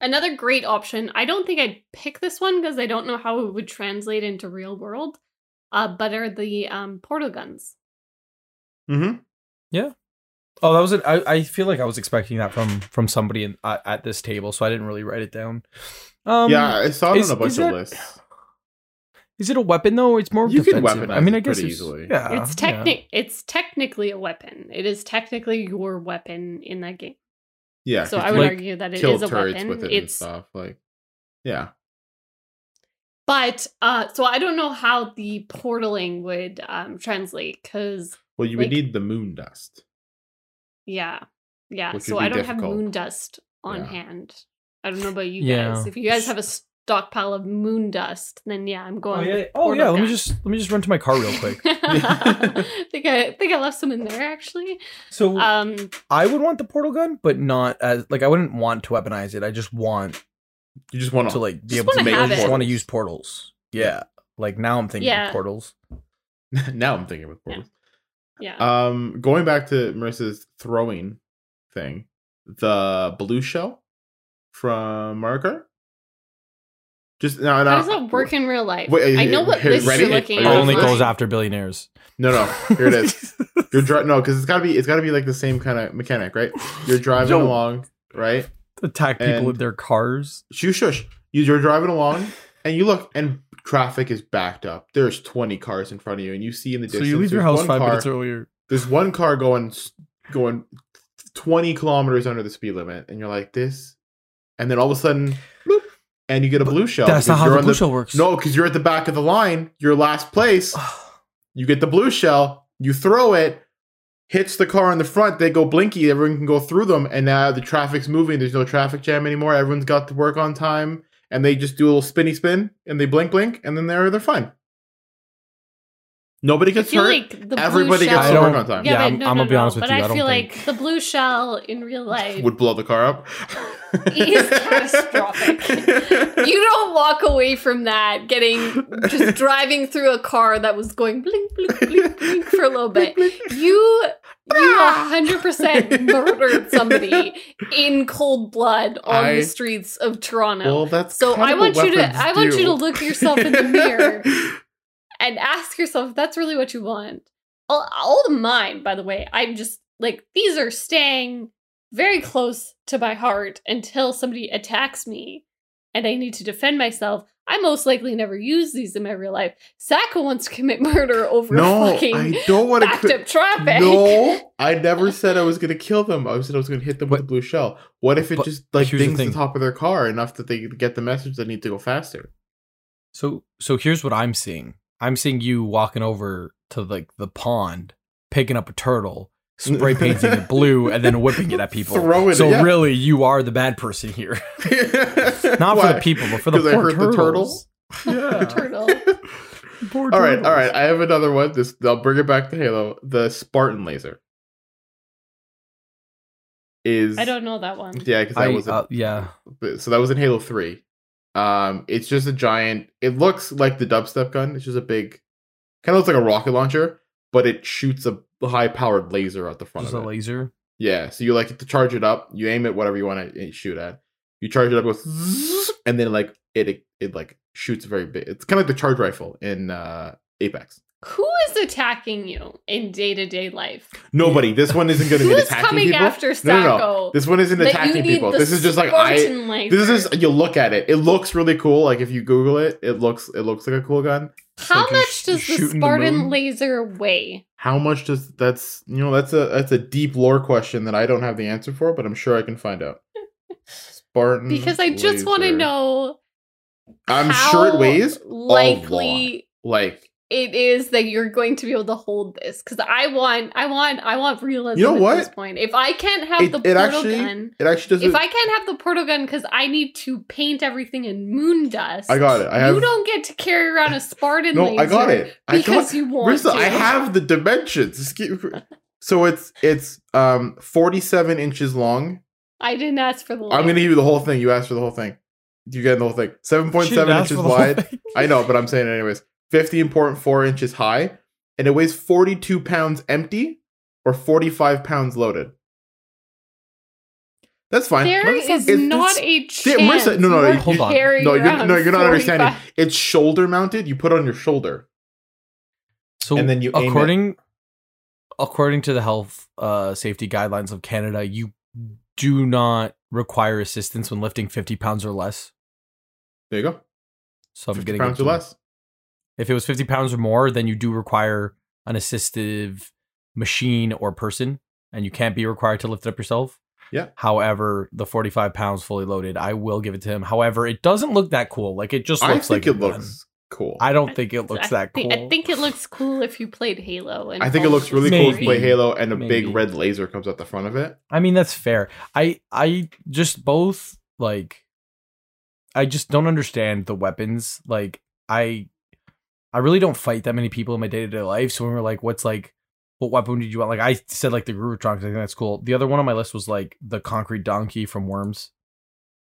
S2: Another great option. I don't think I'd pick this one because I don't know how it would translate into real world. Uh, but are the um portal guns?
S3: Mm-hmm.
S1: Oh, that was it. I I feel like I was expecting that from from somebody in, at, at this table, so I didn't really write it down. Um,
S3: yeah, I saw it
S1: is-
S3: on a bunch
S1: is
S3: of
S1: that-
S3: lists.
S1: Is it a weapon though? It's more
S3: You can
S1: defensive. I
S3: weaponize
S1: mean,
S3: it
S1: I guess
S3: pretty
S1: it's-
S3: easily.
S1: Yeah,
S3: Um,
S2: it's
S1: yeah.
S2: technic. It's technically a weapon. It is technically your weapon in that game.
S3: Yeah,
S2: so
S3: 'cause
S2: I
S3: you
S2: would
S1: like,
S2: argue that it
S3: kill
S2: is a
S3: turrets
S2: weapon.
S3: with it and
S2: it's
S3: stuff. Like, yeah,
S2: But uh so I don't know how the portaling would um translate cuz
S3: well, you
S2: Like-
S3: would need the moon dust.
S2: yeah. Yeah.
S3: Which
S2: So
S3: would be
S2: I don't have
S3: difficult.
S2: moon dust on
S3: Yeah.
S2: hand. I don't know about you
S1: Yeah.
S2: guys. If you guys have a stockpile of moon dust, then yeah, I'm
S1: Oh
S2: going
S1: yeah.
S2: with
S1: Oh yeah.
S2: portal
S1: Let me
S2: gun. Uh,
S1: just let me just run to my car real quick.
S2: I think I think I left some in there actually.
S1: So
S2: Um
S1: I would want the portal gun, but not as like I wouldn't want to weaponize it. I just want
S3: You just want
S1: to like be
S2: Just
S1: able to
S2: wanna
S1: make. I
S2: have
S1: just
S2: it.
S1: want to use portals. Yeah. Like now I'm thinking
S2: Yeah.
S1: of portals.
S3: now I'm thinking with
S2: Yeah.
S3: portals.
S2: yeah.
S3: Um, going back to Marissa's throwing thing, the blue shell from Mario Kart. Just no, no.
S2: How does that work in real life?
S3: Wait,
S2: I know what
S3: here,
S2: list
S3: ready?
S2: you're looking
S3: It
S2: at.
S3: Yeah,
S1: only
S3: that's
S1: goes
S2: online.
S1: after billionaires.
S3: No, no. Here it is. You're dri- no, because it's gotta be it's gotta be like the same kind of mechanic, right? You're driving
S1: Yo.
S3: along, right?
S1: Attack people
S3: And-
S1: with their cars.
S3: Shush, shush. You- You're driving along, and you look, and traffic is backed up. There's 20 cars in front of you, and you see in the
S1: So
S3: distance.
S1: you leave your
S3: there's
S1: house
S3: one
S1: five
S3: car,
S1: minutes earlier.
S3: There's one car going s- going 20 kilometers under the speed limit, and you're like this, and then all of a sudden, bloop, and you get a blue shell.
S1: That's not
S3: because
S1: how
S3: you're
S1: the
S3: on
S1: blue shell works.
S3: No, because you're at the back of the line. You're last place. You get the blue shell, you throw it, hits the car in the front, they go blinky, everyone can go through them, and now the traffic's moving, there's no traffic jam anymore, everyone's got to work on time, and they just do a little spinny spin, and they blink blink, and then they're they're fine. Nobody
S2: I
S3: gets
S2: feel
S3: hurt.
S2: like the
S3: everybody
S2: blue
S3: gets
S2: shell
S3: to
S1: I
S3: work
S1: don't-
S3: on time.
S1: Yeah, I'm- I'm gonna be honest with
S2: but
S1: you,
S2: I,
S1: I don't
S2: feel
S1: think-
S2: like the blue shell in real life.
S3: Would blow the car up.
S2: Is catastrophic. you don't walk away from that getting just driving through a car that was going blink blink blink blink for a little bit. You You 100% murdered somebody in cold blood on
S3: I-
S2: the streets of Toronto.
S3: Well, that's
S2: So
S3: kinda
S2: I
S3: what
S2: want you to-
S3: weapons
S2: I want
S3: do.
S2: you to look yourself in the mirror. and ask yourself if that's really what you want. All, all of mine, by the way, I'm just like, these are staying very close to my heart until somebody attacks me and I need to defend myself. I most likely never use these in my real life. Saka wants to commit murder over
S3: no,
S2: fucking
S3: I don't want
S2: backed
S3: to.
S2: up traffic.
S3: No, I never said I was gonna kill them. I said I was gonna hit them with a blue shell. What if it
S1: But
S3: just like
S1: here's the
S3: dings the,
S1: thing.
S3: top of their car enough that they get the message they need to go faster?
S1: So so here's what I'm seeing. I'm seeing you walking over to like the pond, picking up a turtle, spray painting it blue, and then whipping it at people.
S3: Throw it,
S1: so
S3: yeah.
S1: really, you are the bad person here. Not for
S3: Why?
S1: the people, but for the
S3: 'Cause I
S1: poor
S3: hurt the
S1: turtles.
S2: Turtle.
S1: Yeah. Poor
S3: all right,
S1: turtles.
S3: all right. I have another one. This I'll bring it back to Halo. The Spartan laser is
S2: I don't know that one.
S3: Yeah, because
S1: I,
S3: that was a
S1: uh, yeah.
S3: But- so that was in Halo 3. Um, it's just a giant. It looks like the dubstep gun. It's just a big, kind of looks like a rocket launcher, but it shoots a high powered laser out the front
S1: Just a
S3: of it.
S1: laser.
S3: yeah, so you like to charge it up. You aim it whatever you want to shoot at. You charge it up, it goes, zzz, and then like it, it like shoots very big. It's kind of like the charge rifle in uh Apex.
S2: Who is attacking you in day to day life?
S3: Nobody. This one isn't going to be
S2: Who's
S3: attacking
S2: coming
S3: people.
S2: after
S3: No, no,
S2: Sacco?
S3: no. This one isn't
S2: that you need
S3: attacking people.
S2: the
S3: This is just like I.
S2: Spartan laser?
S3: This is you look at it. It looks really cool. Like if you Google it, it looks it looks like a cool gun.
S2: How
S1: like you're
S2: much
S1: sh-
S2: does the
S1: shooting the
S2: Spartan
S1: moon?
S2: laser weigh?
S3: How much does that's you know that's a that's a deep lore question that I don't have the answer for, but I'm sure I can find out. Spartan.
S2: Because I just want to
S3: Mm, laser.
S2: know.
S3: I'm sure it
S2: how
S3: weighs
S2: Likely
S3: like
S2: it is that you're going to be able to hold this because I want, I want, I want realism.
S3: You know
S2: at
S3: what?
S2: This point, if I can't have
S3: It-
S2: the
S3: it
S2: portal
S3: actually-
S2: gun,
S3: it actually doesn't.
S2: if I can't have the portal gun because I need to paint everything in moon dust,
S3: I got it. I
S2: you
S3: have
S2: don't get to carry around a Spartan
S3: no.
S2: laser.
S3: I got it. I
S2: because
S3: got,
S2: you want
S3: Rissa,
S2: to.
S3: I have the dimensions. Just keep- So it's it's um 47 inches long.
S2: I didn't ask for the.
S3: I'm gonna give you the whole thing. You asked for the whole thing. You get the whole thing. Seven point
S1: Should've
S3: seven
S1: asked
S3: inches
S1: for the whole
S3: wide.
S1: thing.
S3: I know, but I'm saying it anyways. 50.4 inches high, and it weighs 42 pounds empty or 45 pounds loaded. That's fine.
S2: There
S3: Motherfucker,
S2: is
S3: it's-
S2: not
S3: it's-
S2: a
S3: Yeah,
S2: chance.
S3: Marissa, no, no,
S2: you are
S3: you-
S1: Hold on.
S2: carrying
S3: no, you're,
S2: around
S3: no, you're not understanding.
S2: 45
S3: It's shoulder mounted. You put it on your shoulder.
S1: So
S3: And then you aim it.
S1: according according to the health uh, safety guidelines of Canada, you do not require assistance when lifting 50 pounds or less.
S3: There you go.
S1: So I'm
S3: 50
S1: getting
S3: pounds or less.
S1: If it was 50 pounds or more, then you do require an assistive machine or person, and you can't be required to lift it up yourself.
S3: Yeah.
S1: However, the 45 pounds fully loaded, I will give it to him. However, it doesn't look that cool. Like it just
S3: I
S1: looks
S3: think
S1: like
S3: it
S1: a gun.
S3: looks cool. I,
S1: I don't think it looks that
S2: thi-
S1: cool.
S2: I think it looks cool if you played Halo. And
S3: think it looks really
S1: Maybe.
S3: cool to play Halo, and a big
S1: Maybe.
S3: red laser comes out the front of it.
S1: I mean, that's fair. I I just both like I just don't understand the weapons. Like I I really don't fight that many people in my day to day life. So when we're like, what's like what weapon did you want? Like I said like the Groovatron 'cause I think that's cool. The other one on my list was like the concrete donkey from Worms.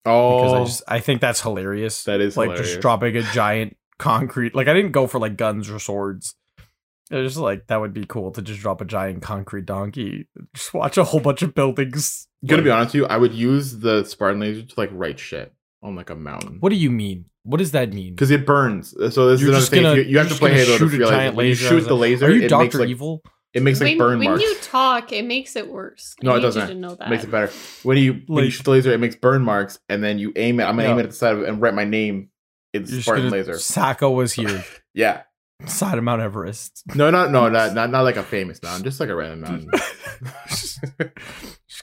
S1: Because
S3: Oh,
S1: I just I think that's hilarious.
S3: that is
S1: like
S3: hilarious.
S1: just dropping a giant concrete like I didn't go for like guns or swords. I was just like that would be cool to just drop a giant concrete donkey. Just watch a whole bunch of buildings.
S3: Gonna
S1: like,
S3: be honest with you, I would use the Spartan laser to like write shit on like a mountain.
S1: What do you mean? What does that mean?
S3: Because it burns. Uh, So this
S1: You're
S3: is another
S1: just
S3: thing.
S1: gonna-
S3: you, you
S1: you're
S3: have to
S1: just
S3: play
S1: gonna
S3: Halo to
S1: shoot a
S3: realize
S1: giant
S3: it. When you
S1: laser.
S3: shoot the laser,
S1: Are you
S3: it
S1: Doctor
S3: makes like
S1: Evil?
S3: it makes like
S2: when,
S3: burn
S2: when
S3: marks.
S2: you talk, it makes it worse.
S3: No,
S2: I
S3: it
S2: need
S3: doesn't.
S2: You to know that.
S3: makes it better. When you, when you
S1: Like-
S3: shoot the laser, it makes burn marks, and then you aim it. I'm gonna aim
S1: Yeah.
S3: it at the side of it and write my name in
S1: You're just
S3: Spartan
S1: gonna-
S3: laser.
S1: Sacco was here,
S3: Yeah.
S1: side of Mount Everest.
S3: No, no, no, not not not like a famous mountain, just like a random mountain.
S1: just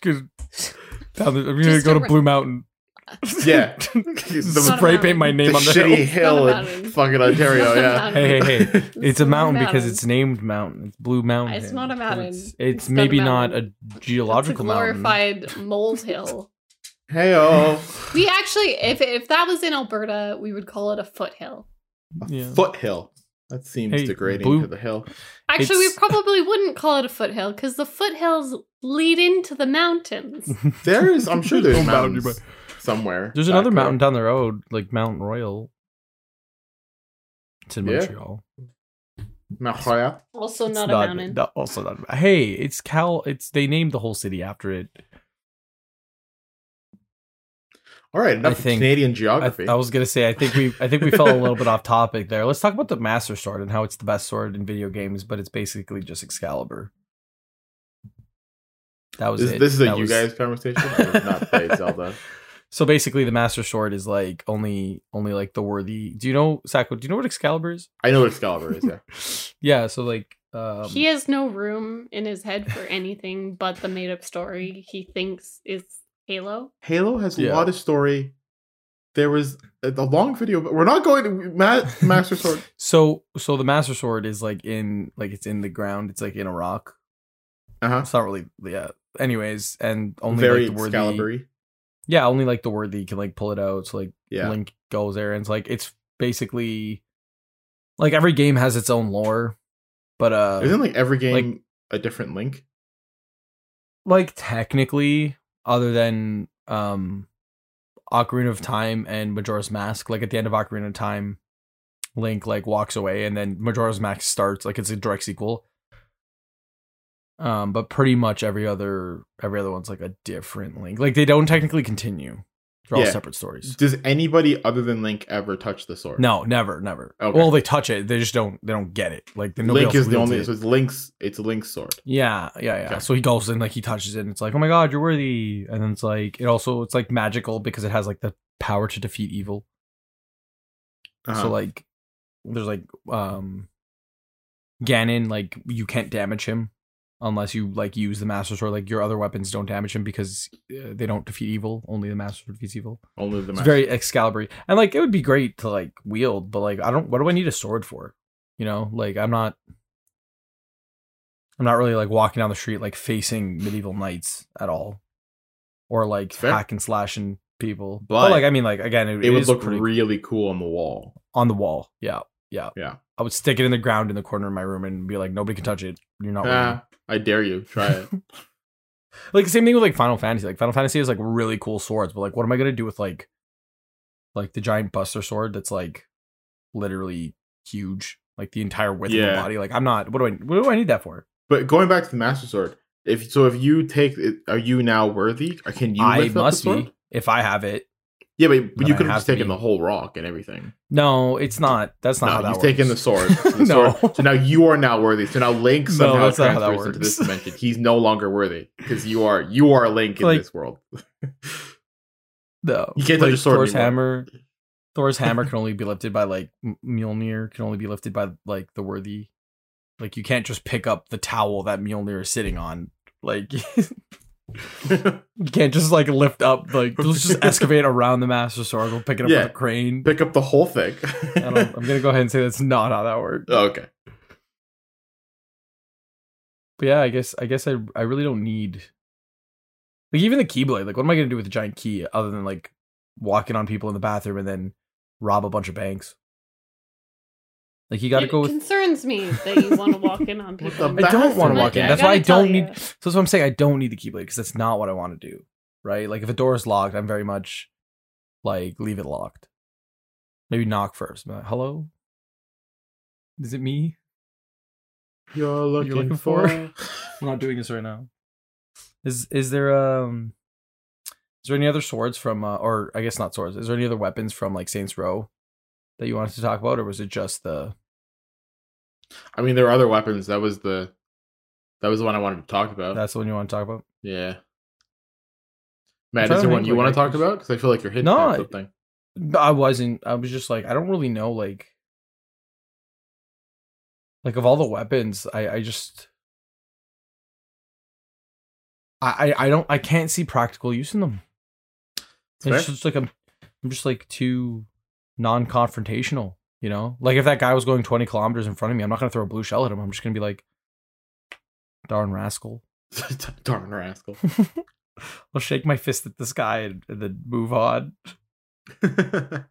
S1: gonna, down the, I'm gonna
S2: Just
S1: go
S2: a
S1: to
S2: ra-
S1: Blue Mountain.
S3: Yeah.
S2: Not a
S1: spray paint my
S2: mountain.
S1: name
S3: the
S1: on the
S3: shitty
S1: hill.
S2: It's not a
S3: hill in
S2: mountain.
S3: fucking Ontario.
S2: It's not a
S3: Yeah.
S2: mountain.
S1: Hey, hey, hey! It's
S2: It's
S1: a
S2: not a
S1: mountain because
S2: mountain.
S1: it's named mountain. It's Blue Mountain.
S2: It's not a mountain.
S1: It's, it's
S2: It's not a
S1: maybe not
S2: mountain.
S1: a geological
S2: it's a
S1: mountain.
S2: glorified molehill.
S3: Hey, oh,
S2: We actually, if if that was in Alberta, we would call it a foothill.
S1: Yeah.
S3: foothill. That seems
S1: Hey,
S3: degrading
S1: blue-
S3: to the hill.
S2: Actually, we
S1: It's-
S2: probably wouldn't call it a foothill because the foothills lead into the mountains.
S3: There is, I'm sure there's
S1: Don't mountain
S3: mountains
S1: you,
S3: somewhere. uh,
S1: There's
S3: back
S1: another
S3: there.
S1: mountain down the road, like Mount Royal. It's in
S3: Yeah.
S1: Montreal.
S3: Nahoya.
S2: Also
S1: It's
S2: not, a mountain.
S1: no, also not. a- Hey, it's Cal. It's they named the whole city after it.
S3: All right, enough
S1: I
S3: of
S1: think-
S3: Canadian
S1: I,
S3: geography.
S1: I was gonna say I think we I think we fell a little bit off topic there. Let's talk about the Master Sword and how it's the best sword in video games, but it's basically just Excalibur. That was
S3: this,
S1: it.
S3: this is a
S1: That
S3: you
S1: was-
S3: guys conversation. I have not played Zelda.
S1: So basically, the Master Sword is like only only like the worthy. Do you know Sacco? Do you know what Excalibur is?
S3: I know what Excalibur is. Yeah,
S1: yeah. So like um,
S2: he has no room in his head for anything but the made up story he thinks is Halo.
S3: Halo has
S1: Yeah.
S3: a lot of story. There was a, a long video, but we're not going to Ma- Master Sword.
S1: So so the Master Sword is like in like it's in the ground. It's like in a rock.
S3: Uh huh.
S1: It's not really yeah. Anyways, and only
S3: Very
S1: like, the worthy.
S3: Excalibur.
S1: Yeah, only like the worthy can like pull it out. So like
S3: Yeah.
S1: Link goes there, and it's like it's basically like every game has its own lore, but uh,
S3: Isn't like every game a different link?
S1: like technically other than um Ocarina of Time and Majora's Mask like at the end of Ocarina of Time Link like walks away and then Majora's Mask starts like it's a direct sequel um but pretty much every other every other one's like a different Link like they don't technically continue they're all
S3: Yeah.
S1: separate stories
S3: Does anybody other than Link ever touch the sword?
S1: no never never
S3: Okay.
S1: well they touch it they just don't they don't get it like nobody
S3: Link
S1: else
S3: is the
S1: wields
S3: only.
S1: it.
S3: So it's Link's. It's Link's sword.
S1: Yeah, yeah, yeah.
S3: Okay.
S1: So he goes in, like he touches it, and it's like, oh my god, you're worthy. And then it's like, it also it's like magical because it has like the power to defeat evil.
S3: Uh-huh.
S1: So like, there's like, um, Ganon, like you can't damage him unless you like use the Master Sword. Like your other weapons don't damage him because uh, they don't defeat evil. Only the Master Sword defeats evil.
S3: only the
S1: It's
S3: master.
S1: very Excalibur, and like it would be great to like wield, but like I don't. What do I need a sword for? You know, like I'm not. I'm not really like walking down the street like facing medieval knights at all, or like
S3: Fair.
S1: hack and slashing people. But,
S3: But
S1: like I mean, like again, it,
S3: it would
S1: is
S3: look
S1: pretty-
S3: really cool on the wall.
S1: on the wall. Yeah, yeah,
S3: Yeah.
S1: I would stick it in the ground in the corner of my room and be like, nobody can touch it. You're not. worthy."
S3: Ah, I dare you. Try it.
S1: like the same thing with like Final Fantasy. Like Final Fantasy is like really cool swords, but like what am I gonna do with like like the giant Buster sword that's like literally huge, like the entire width of
S3: Yeah.
S1: the body? Like I'm not. What do I? What do I need that for?
S3: but going back to the master sword, if so, if you take, it, are you now worthy? Or Can you?
S1: I
S3: lift up the
S1: must
S3: sword?
S1: be if I have it.
S3: Yeah, but, but
S1: Then
S3: you
S1: I
S3: could
S1: have
S3: have just
S1: to
S3: taken
S1: be-
S3: the whole rock and everything.
S1: No, it's not. That's not
S3: No,
S1: how that
S3: you've
S1: works.
S3: taken the sword. So, the
S1: No.
S3: sword- so now you are now worthy. So now Link
S1: No,
S3: somehow
S1: that's not how
S3: transfers
S1: that
S3: into this
S1: works.
S3: dimension. He's no longer worthy because you are you are Link in
S1: Like-
S3: this world.
S1: No,
S3: You can't touch
S1: Like,
S3: a sword
S1: Thor's
S3: anymore.
S1: hammer. Thor's hammer can only be lifted by like M- Mjolnir can only be lifted by like the worthy. Like you can't just pick up the towel that Mjolnir is sitting on. Like You can't just like lift up like let's just excavate around the master sword. We'll pick it up
S3: Yeah.
S1: with a crane.
S3: Pick up the whole thing. Oh,
S1: I don't, I'm gonna go ahead and say that's not how that works.
S3: okay.
S1: But yeah, I guess I guess I I really don't need like even the keyblade. Like, what am I gonna do with the giant key other than like walking on people in the bathroom and then rob a bunch of banks? Like you got to
S2: it
S1: go with.
S2: concerns me that you want to walk in on people.
S3: the
S2: in
S1: I don't
S3: bathroom,
S1: want to
S2: Like,
S1: walk in.
S3: I
S1: That's why I
S2: gotta tell
S1: don't need.
S2: you.
S1: So that's what I'm saying. I don't need the keyblade because that's not what I want to do. Right? Like if a door is locked, I'm very much like leave it locked. Maybe knock first. Be like, Hello. Is it me?
S3: You're looking,
S1: looking
S3: for.
S1: for- I'm not doing this right now. Is is there um? Is there any other swords from uh, or I guess not swords? Is there any other weapons from like Saints Row that you wanted to talk about, or was it just the?
S3: I mean, there are other weapons. That was the that was the one I wanted to talk about.
S1: That's the one you want to talk about.
S3: yeah.
S1: I'm
S3: Matt,
S1: trying
S3: is
S1: to
S3: there one
S1: think,
S3: you
S1: like,
S3: want
S1: I
S3: to talk
S1: just-
S3: about? Because I feel like you're hitting
S1: No,
S3: on
S1: I-
S3: something.
S1: But I wasn't. I was just like, I don't really know, like, like of all the weapons, I, I just, I, I, I don't, I can't see practical use in them.
S3: Fair.
S1: It's just like I'm, I'm just like too non-confrontational, you know. Like if that guy was going 20 kilometers in front of me, I'm not gonna throw a blue shell at him. I'm just gonna be like, darn rascal.
S3: Darn rascal.
S1: I'll shake my fist at this guy and, and then move on. I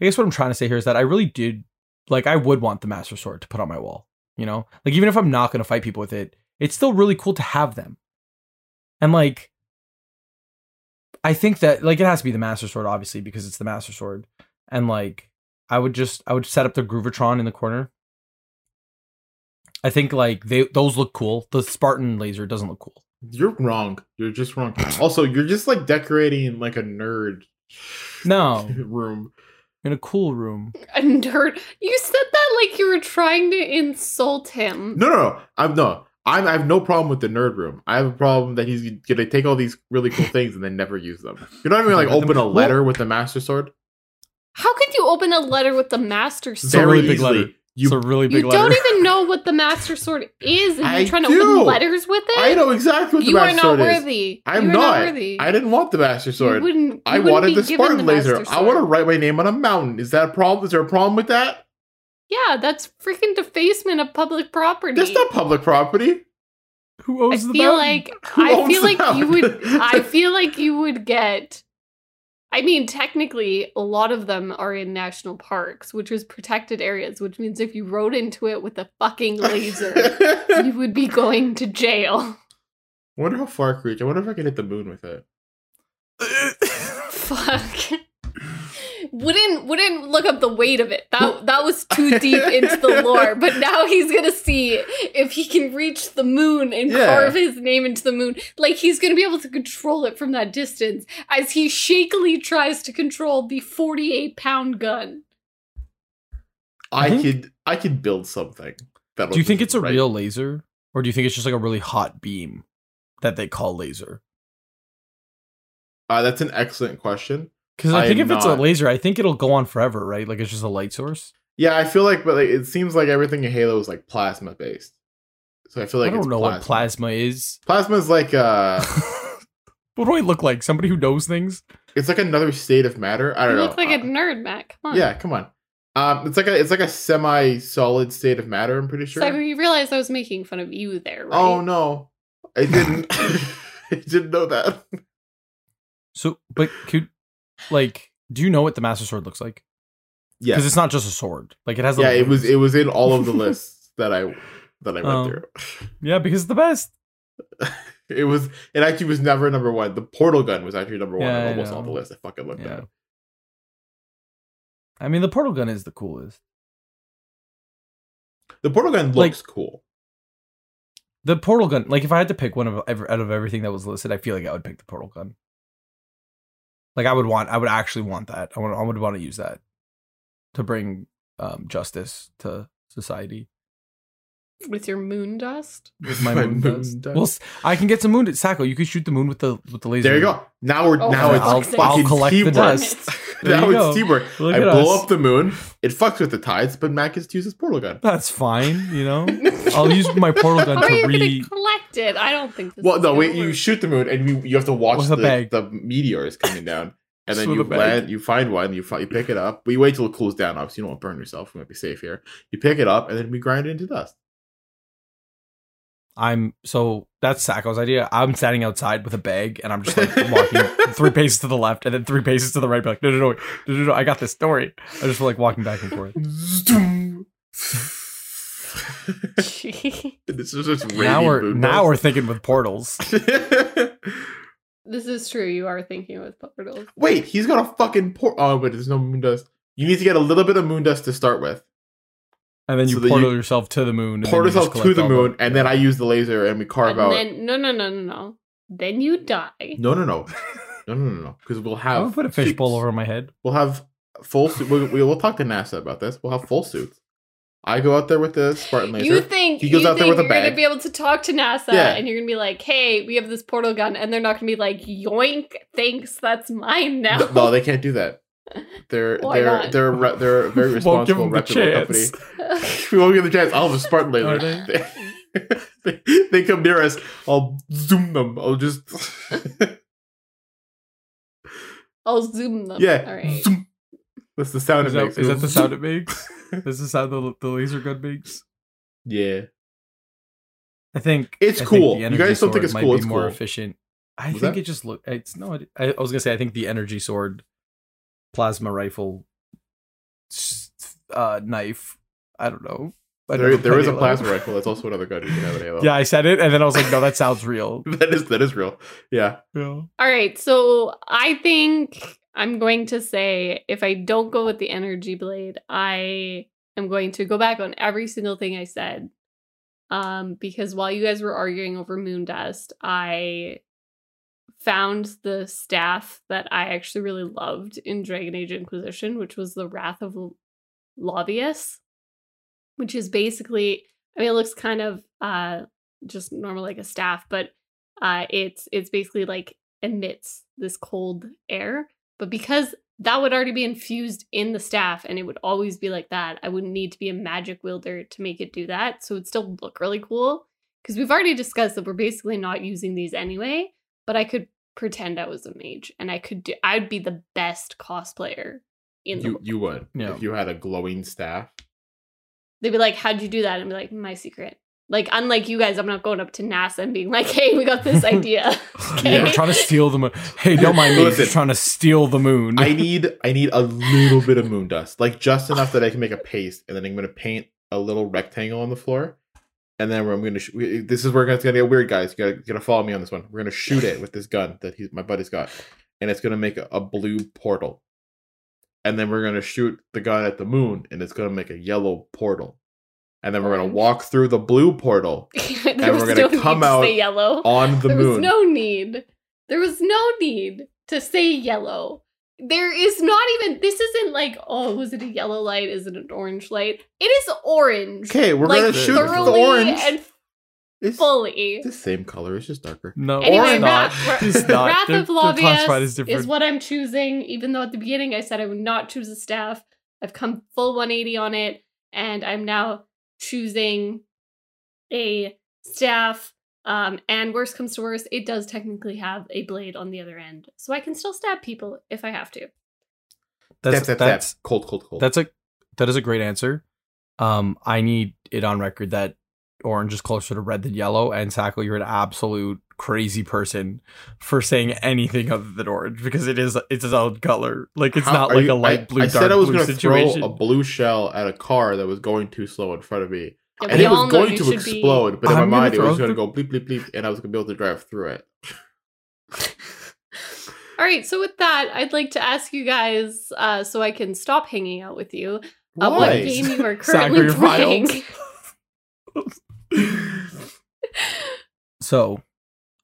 S1: guess what I'm trying to say here is that I really did like I would want the master sword to put on my wall, you know? Like even if I'm not going to fight people with it, it's still really cool to have them. And like I think that like it has to be the master sword obviously because it's the master sword. And like I would just I would set up the Groovatron in the corner I think like they those look cool. The Spartan laser doesn't look cool.
S3: You're wrong. You're just wrong. also, you're just like decorating like a nerd
S1: No,
S3: room.
S1: in a cool room.
S2: A nerd. You said that like you were trying to insult him.
S3: No, no, no. I'm no. I'm, I have no problem with the nerd room. I have a problem that he's gonna take all these really cool things and then never use them. You're not even like open a letter with the master sword.
S2: How could you open a letter with the master
S1: It's a
S2: sword?
S3: Very
S1: really big
S3: easily.
S1: letter.
S3: You,
S1: it's a really
S2: You
S1: big letter.
S2: don't even know what the master sword is, and
S3: I
S2: you're trying to
S3: do.
S2: open letters with it.
S3: I know exactly what the
S2: you are
S3: master
S2: not
S3: sword is.
S2: worthy.
S3: I'm
S2: you are
S3: not.
S2: worthy.
S3: I didn't want the master
S2: You
S3: sword.
S2: wouldn't. you
S3: I
S2: wouldn't
S3: wanted
S2: be
S3: the
S2: given
S3: Spartan
S2: the
S3: laser.
S2: master
S3: I want to
S2: sword.
S3: write my name on a mountain. Is that a problem? Is there a problem with that?
S2: Yeah, that's freaking defacement of public property.
S3: That's not public property.
S1: Who
S2: e- I
S1: owns the
S2: feel
S1: mountain?
S2: like
S3: Who
S2: I
S3: owns
S2: feel
S3: the
S2: like you would.
S3: mountain?
S2: I feel like you would get. I mean, technically, a lot of them are in national parks, which is protected areas, which means if you rode into it with a fucking laser,
S3: I
S2: you would be going to jail.
S3: wonder how far it can reach. I wonder if I can hit the moon with it.
S2: Fuck. Wouldn't wouldn't look up the weight of it. That that was too deep into the lore. But now he's gonna see if he can reach the moon and
S3: Yeah.
S2: carve his name into the moon. Like he's gonna be able to control it from that distance as he shakily tries to control the forty-eight pound gun.
S3: I
S1: think-
S3: could I could build something. That'll
S1: do you think
S3: do
S1: it's a
S3: right.
S1: real laser, or do you think it's just like a really hot beam that they call laser?
S3: Uh, that's an excellent question.
S1: Because I,
S3: I
S1: think if
S3: am
S1: it's a
S3: not.
S1: laser, I think it'll go on forever, right? Like it's just a light source.
S3: Yeah, I feel like, but like, it seems like everything in Halo is like plasma based. So I feel like
S1: I
S3: it's
S1: don't know
S3: plasma.
S1: what plasma is.
S3: plasma is like uh,
S1: what do I look like? Somebody who knows things?
S3: it's like another state of matter. I
S2: You
S3: don't know.
S2: look like a
S3: Uh,
S2: nerd, Matt. Come on.
S3: yeah, come on. Um, it's like a it's like a semi solid state of matter. I'm pretty sure.
S2: So you realized I was making fun of you there, right?
S3: Oh no, I didn't. I didn't know that.
S1: So, but could like, do you know what the Master Sword looks like?
S3: Yeah,
S1: Because it's not just a sword. Like it has.
S3: yeah.
S1: a
S3: It was it was in all of the lists that I that I went
S1: Oh.
S3: through.
S1: yeah, because it's the best.
S3: It was it actually was never number one. The portal gun was actually number one
S1: Yeah,
S3: on
S1: I
S3: almost all
S1: know.
S3: the lists. I fucking looked
S1: Yeah.
S3: at it.
S1: I mean, the portal gun is the coolest.
S3: The portal gun
S1: Like-
S3: looks cool.
S1: The portal gun. Like if I had to pick one of ever out of everything that was listed, I feel like I would pick the portal gun. Like I would want. I would actually want that. I would. I would want to use that to bring um, justice to society.
S2: With your moon dust.
S1: with my, moon, dust. Well, s- I can get some moon. Sacco, you could shoot the moon with the with the laser.
S3: there you go. Now we're
S2: Oh,
S3: now
S2: for
S3: it's
S2: fuck's sake. I'll
S3: fucking
S1: collect the
S3: teamwork.
S1: dust. There
S3: now
S1: you
S3: it's
S1: go.
S3: teamwork.
S1: Look
S3: I
S1: at
S3: blow
S1: us.
S3: up the moon. It fucks with the tides, but Mac gets to use his portal gun.
S1: That's fine. You know, I'll use my portal gun
S2: How are
S1: to
S2: you
S1: re.
S2: gonna collect it? I don't think this
S3: Well,
S2: is
S3: no,
S2: gonna
S3: wait. You
S2: work.
S3: shoot the moon, and you you have to watch
S1: With a
S3: the,
S1: bag.
S3: the meteors coming down, and
S1: Just
S3: then
S1: with
S3: you
S1: a bag.
S3: land. You find one. You, fi- you pick it up. We wait till it cools down. Obviously, you don't want to burn yourself. We might be safe here. You pick it up, and then we grind it into dust.
S1: I'm so that's Sacco's idea. I'm standing outside with a bag, and I'm just like walking three paces to the left, and then three paces to the right. Like no, no, no, no, no, no I got this story. I just like walking back and forth.
S3: Zoom.
S2: Gee.
S3: this is just
S1: Now
S3: raining
S1: we're
S3: moon
S1: now we're
S3: dust.
S1: thinking with portals.
S2: this is true. You are thinking with portals.
S3: Wait, he's got a fucking port. Oh, wait, there's no moon dust. You need to get a little bit of moon dust to start with.
S1: And then you
S3: So that
S1: portal
S3: you-
S1: yourself to the moon. and then
S3: Pour
S1: you just
S3: yourself to
S1: collect
S3: the
S1: all
S3: moon, and then I use the laser, and we carve
S2: And
S3: out.
S2: then no, no, no, no, no. Then you die.
S3: No, no, no, no, no, no, no. Because we'll
S1: I'm
S3: have
S1: gonna put a fishbowl
S3: suits.
S1: over my head.
S3: We'll have full suit. We'll, we'll talk to NASA about this. We'll have full suits. I go out there with the Spartan laser.
S2: You think
S3: He goes
S2: you
S3: out there
S2: think
S3: with a
S2: you're gonna
S3: bag.
S2: be able to talk to NASA
S3: Yeah.
S2: and you're gonna be like, "Hey, we have this portal gun," and they're not gonna be like, "Yoink, thanks, that's mine now."
S3: Th- no, they can't do that. They're
S2: Why
S3: they're
S2: not?
S3: they're re- they're a very
S1: Won't give
S3: responsible,
S1: 'em the
S3: reputable company.
S1: chance.
S3: We won't give them the chance. I'll have a Spartan
S1: Are
S3: laser. They, they come near us. I'll zoom them. I'll just
S2: I'll zoom them.
S3: yeah.
S2: All right.
S3: Zoom. That's the sound
S1: Is
S3: it
S1: that-
S3: makes.
S1: is that the sound
S3: Zoom.
S1: it makes? Is the sound the, the laser gun makes?
S3: Yeah.
S1: I think
S3: It's
S1: I think
S3: cool.
S1: the
S3: You
S1: energy
S3: guys don't
S1: sword
S3: think it's
S1: might
S3: cool,
S1: be
S3: it's
S1: more
S3: cool.
S1: efficient. I
S3: Was
S1: think
S3: that-
S1: it just look. It's no. it- I, I was gonna say. I think the energy sword, plasma rifle, s- uh, knife. I don't know. I
S3: There,
S1: never
S3: there
S1: played
S3: is a
S1: Halo.
S3: plasma rifle. That's also another gun you can have in Halo.
S1: Yeah, I said it, and then I was like, "No, that sounds real."
S3: That is that is real. Yeah.
S1: Yeah.
S2: All right. So I think I'm going to say if I don't go with the energy blade, I am going to go back on every single thing I said Um, because while you guys were arguing over moon dust, I found the staff that I actually really loved in Dragon Age Inquisition, which was the Wrath of L- Lavius, which is basically I mean it looks kind of uh just normal like a staff, but uh it's it's basically like emits this cold air. But because that would already be infused in the staff and it would always be like that, I wouldn't need to be a magic wielder to make it do that. So it'd still look really cool. Because we've already discussed that we're basically not using these anyway but I could pretend I was a mage and I could do I'd be the best cosplayer in the
S3: You
S2: world.
S3: you would
S1: Yeah.
S3: if you had a glowing staff.
S2: They'd be like, How'd you do that? And I'd be like, my secret. Like unlike you guys, I'm not going up to NASA and being like, hey, we got this idea. Okay.
S1: Yeah, trying to steal the moon. Hey, don't mind me.
S3: Listen.
S1: Just trying to steal the moon.
S3: I need I need a little bit of moon dust, like just enough that I can make a paste, and then I'm gonna paint a little rectangle on the floor, and then I'm gonna. Sh- we- this is where it's gonna get weird, guys. You gotta, you gotta follow me on this one. We're gonna shoot it with this gun that he, my buddy's got, and it's gonna make a, a blue portal, and then we're gonna shoot the gun at the moon, and it's gonna make a yellow portal, and then we're gonna
S2: Orange.
S3: walk through the blue portal
S2: there
S3: And
S2: was
S3: we're gonna
S2: no
S3: come
S2: need to
S3: out
S2: say yellow.
S3: on the
S2: there was
S3: moon.
S2: no need. There was no need to say yellow. There is not even this isn't like, oh, was it a yellow light? Is it an orange light? It is orange.
S3: okay, we're gonna
S2: like
S3: shoot the
S2: thoroughly
S3: orange.
S2: and
S3: it's,
S2: fully.
S3: it's the same color. It's just darker.
S1: no,
S2: Anyway,
S1: or not.
S2: Wrath, Wrath-
S1: It's not.
S2: Wrath
S1: Their-
S2: of
S1: their classified as
S2: Lavius is,
S1: different.
S2: what I'm choosing, even though at the beginning I said I would not choose a staff. I've come full 180 on it, and I'm now choosing a staff. Um, and worse comes to worse, it does technically have a blade on the other end. So I can still stab people if I have to.
S1: That's
S3: Tap, tap, tap.
S1: that's
S3: cold, cold, cold.
S1: that's a that is a great answer. Um, I need it on record that orange is closer to red than yellow, and Sackle, you're an absolute crazy person for saying anything other than orange because it is it's its own color. Like it's
S3: How-
S1: not
S3: are
S1: like
S3: you-
S1: a light
S3: I-
S1: blue
S3: I
S1: dark
S3: said I was
S1: blue
S3: gonna
S1: situation.
S3: throw a blue shell at a car that was going too slow in front of me,
S2: And
S3: and
S2: we
S3: it
S2: all
S3: was
S2: know
S3: going
S2: you
S3: to
S2: should be-
S3: explode. But in
S1: I'm
S3: my
S1: gonna
S3: mind, it was
S1: throw
S3: going to go bleep bleep bleep, and I was going to be able to drive through it.
S2: All right, so with that, I'd like to ask you guys, uh, so I can stop hanging out with you, uh, what
S3: Why?
S2: game you are
S1: Sackle,
S2: currently
S1: you're
S2: playing.
S1: wild. So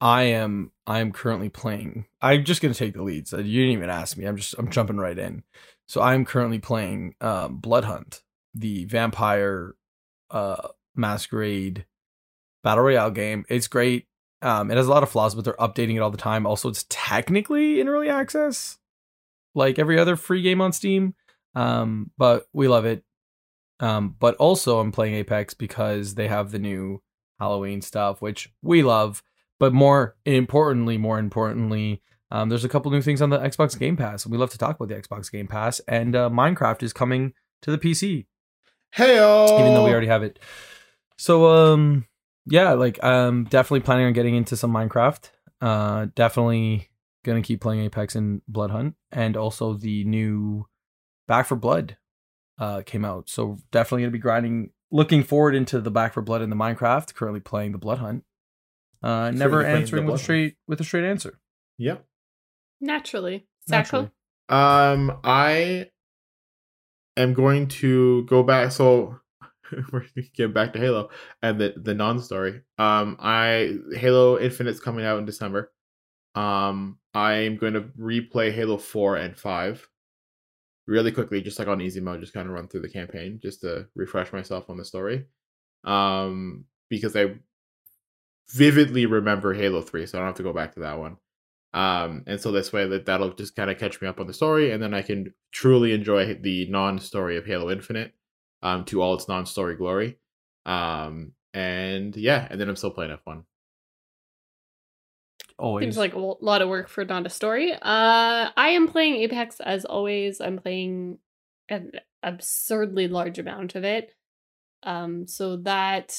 S1: I am I am currently playing. I'm just gonna take the leads. Uh, You didn't even ask me. I'm just I'm jumping right in. So I'm currently playing um, Blood Hunt, the vampire uh, masquerade battle royale game. It's great. Um, it has a lot of flaws, but they're updating it all the time. Also, it's technically in early access, like every other free game on Steam. Um, but we love it. Um, but also, I'm playing Apex because they have the new Halloween stuff, which we love. But more importantly, more importantly, um, there's a couple new things on the Xbox Game Pass, and we love to talk about the Xbox Game Pass. And uh, Minecraft is coming to the PC,
S3: Hey,
S1: even
S3: Oh.
S1: though we already have it. So, um, yeah, like I'm definitely planning on getting into some Minecraft. Uh, definitely gonna keep playing Apex and Blood Hunt, and also the new Back for Blood uh, came out. So definitely gonna be grinding, looking forward into the Back for Blood and the Minecraft. Currently playing the Blood Hunt. Uh, never
S3: Currently playing the
S1: answering
S3: Blood
S1: with a
S3: Hunt.
S1: straight with a straight answer.
S3: yeah.
S2: Naturally.
S1: naturally.
S2: Sackle?
S3: Um, I am going to go back. So we're gonna get back to Halo and the the non story. Um, I Halo Infinite's coming out in December. Um, I'm going to replay Halo Four and Five really quickly, just like on easy mode, just kind of run through the campaign just to refresh myself on the story. Um, because I vividly remember Halo Three, so I don't have to go back to that one um and so this way that that'll just kind of catch me up on the story and then i can truly enjoy the non-story of halo infinite um to all its non-story glory um and yeah and then i'm still playing f1
S1: Always.
S2: Seems like a w- lot of work for not a story. Uh, I am playing Apex as always. I'm playing an absurdly large amount of it. Um, so that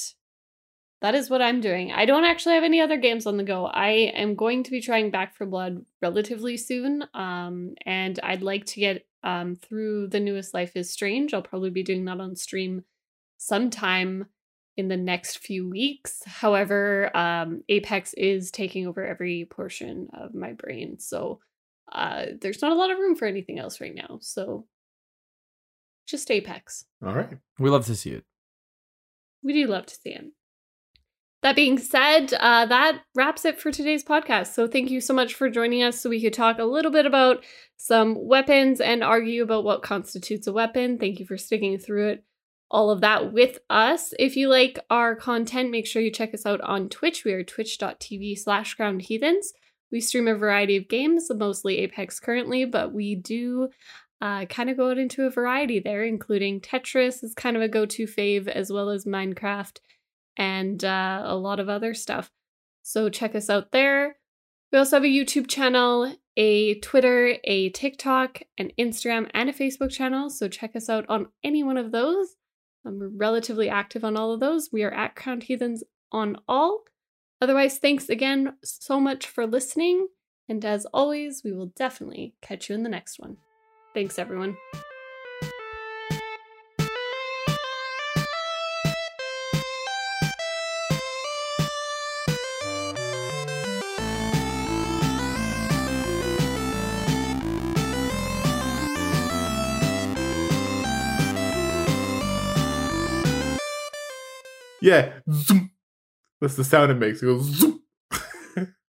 S2: that is what I'm doing. I don't actually have any other games on the go. I am going to be trying Back for Blood relatively soon. Um, and I'd like to get um through the newest Life is Strange. I'll probably be doing that on stream sometime in the next few weeks. However, um, Apex is taking over every portion of my brain, so uh, there's not a lot of room for anything else right now. So just Apex.
S3: all right
S1: we love to see it.
S2: We do love to see it. That being said, uh, that wraps it for today's podcast. So thank you so much for joining us so we could talk a little bit about some weapons and argue about what constitutes a weapon. Thank you for sticking through it, all of that with us. If you like our content, make sure you check us out on Twitch. We are twitch.tv slash ground heathens. We stream a variety of games, mostly Apex currently, but we do uh, kind of go out into a variety there, including Tetris is kind of a go-to fave, as well as Minecraft and uh, a lot of other stuff. So check us out there. We also have a YouTube channel, a Twitter, a TikTok, an Instagram, and a Facebook channel. So check us out on any one of those. I'm relatively active on all of those. We are at Crown Heathens on all. Otherwise, thanks again so much for listening. And as always, we will definitely catch you in the next one. Thanks, everyone.
S3: Yeah. Zoom. That's the sound it makes. It goes zoom.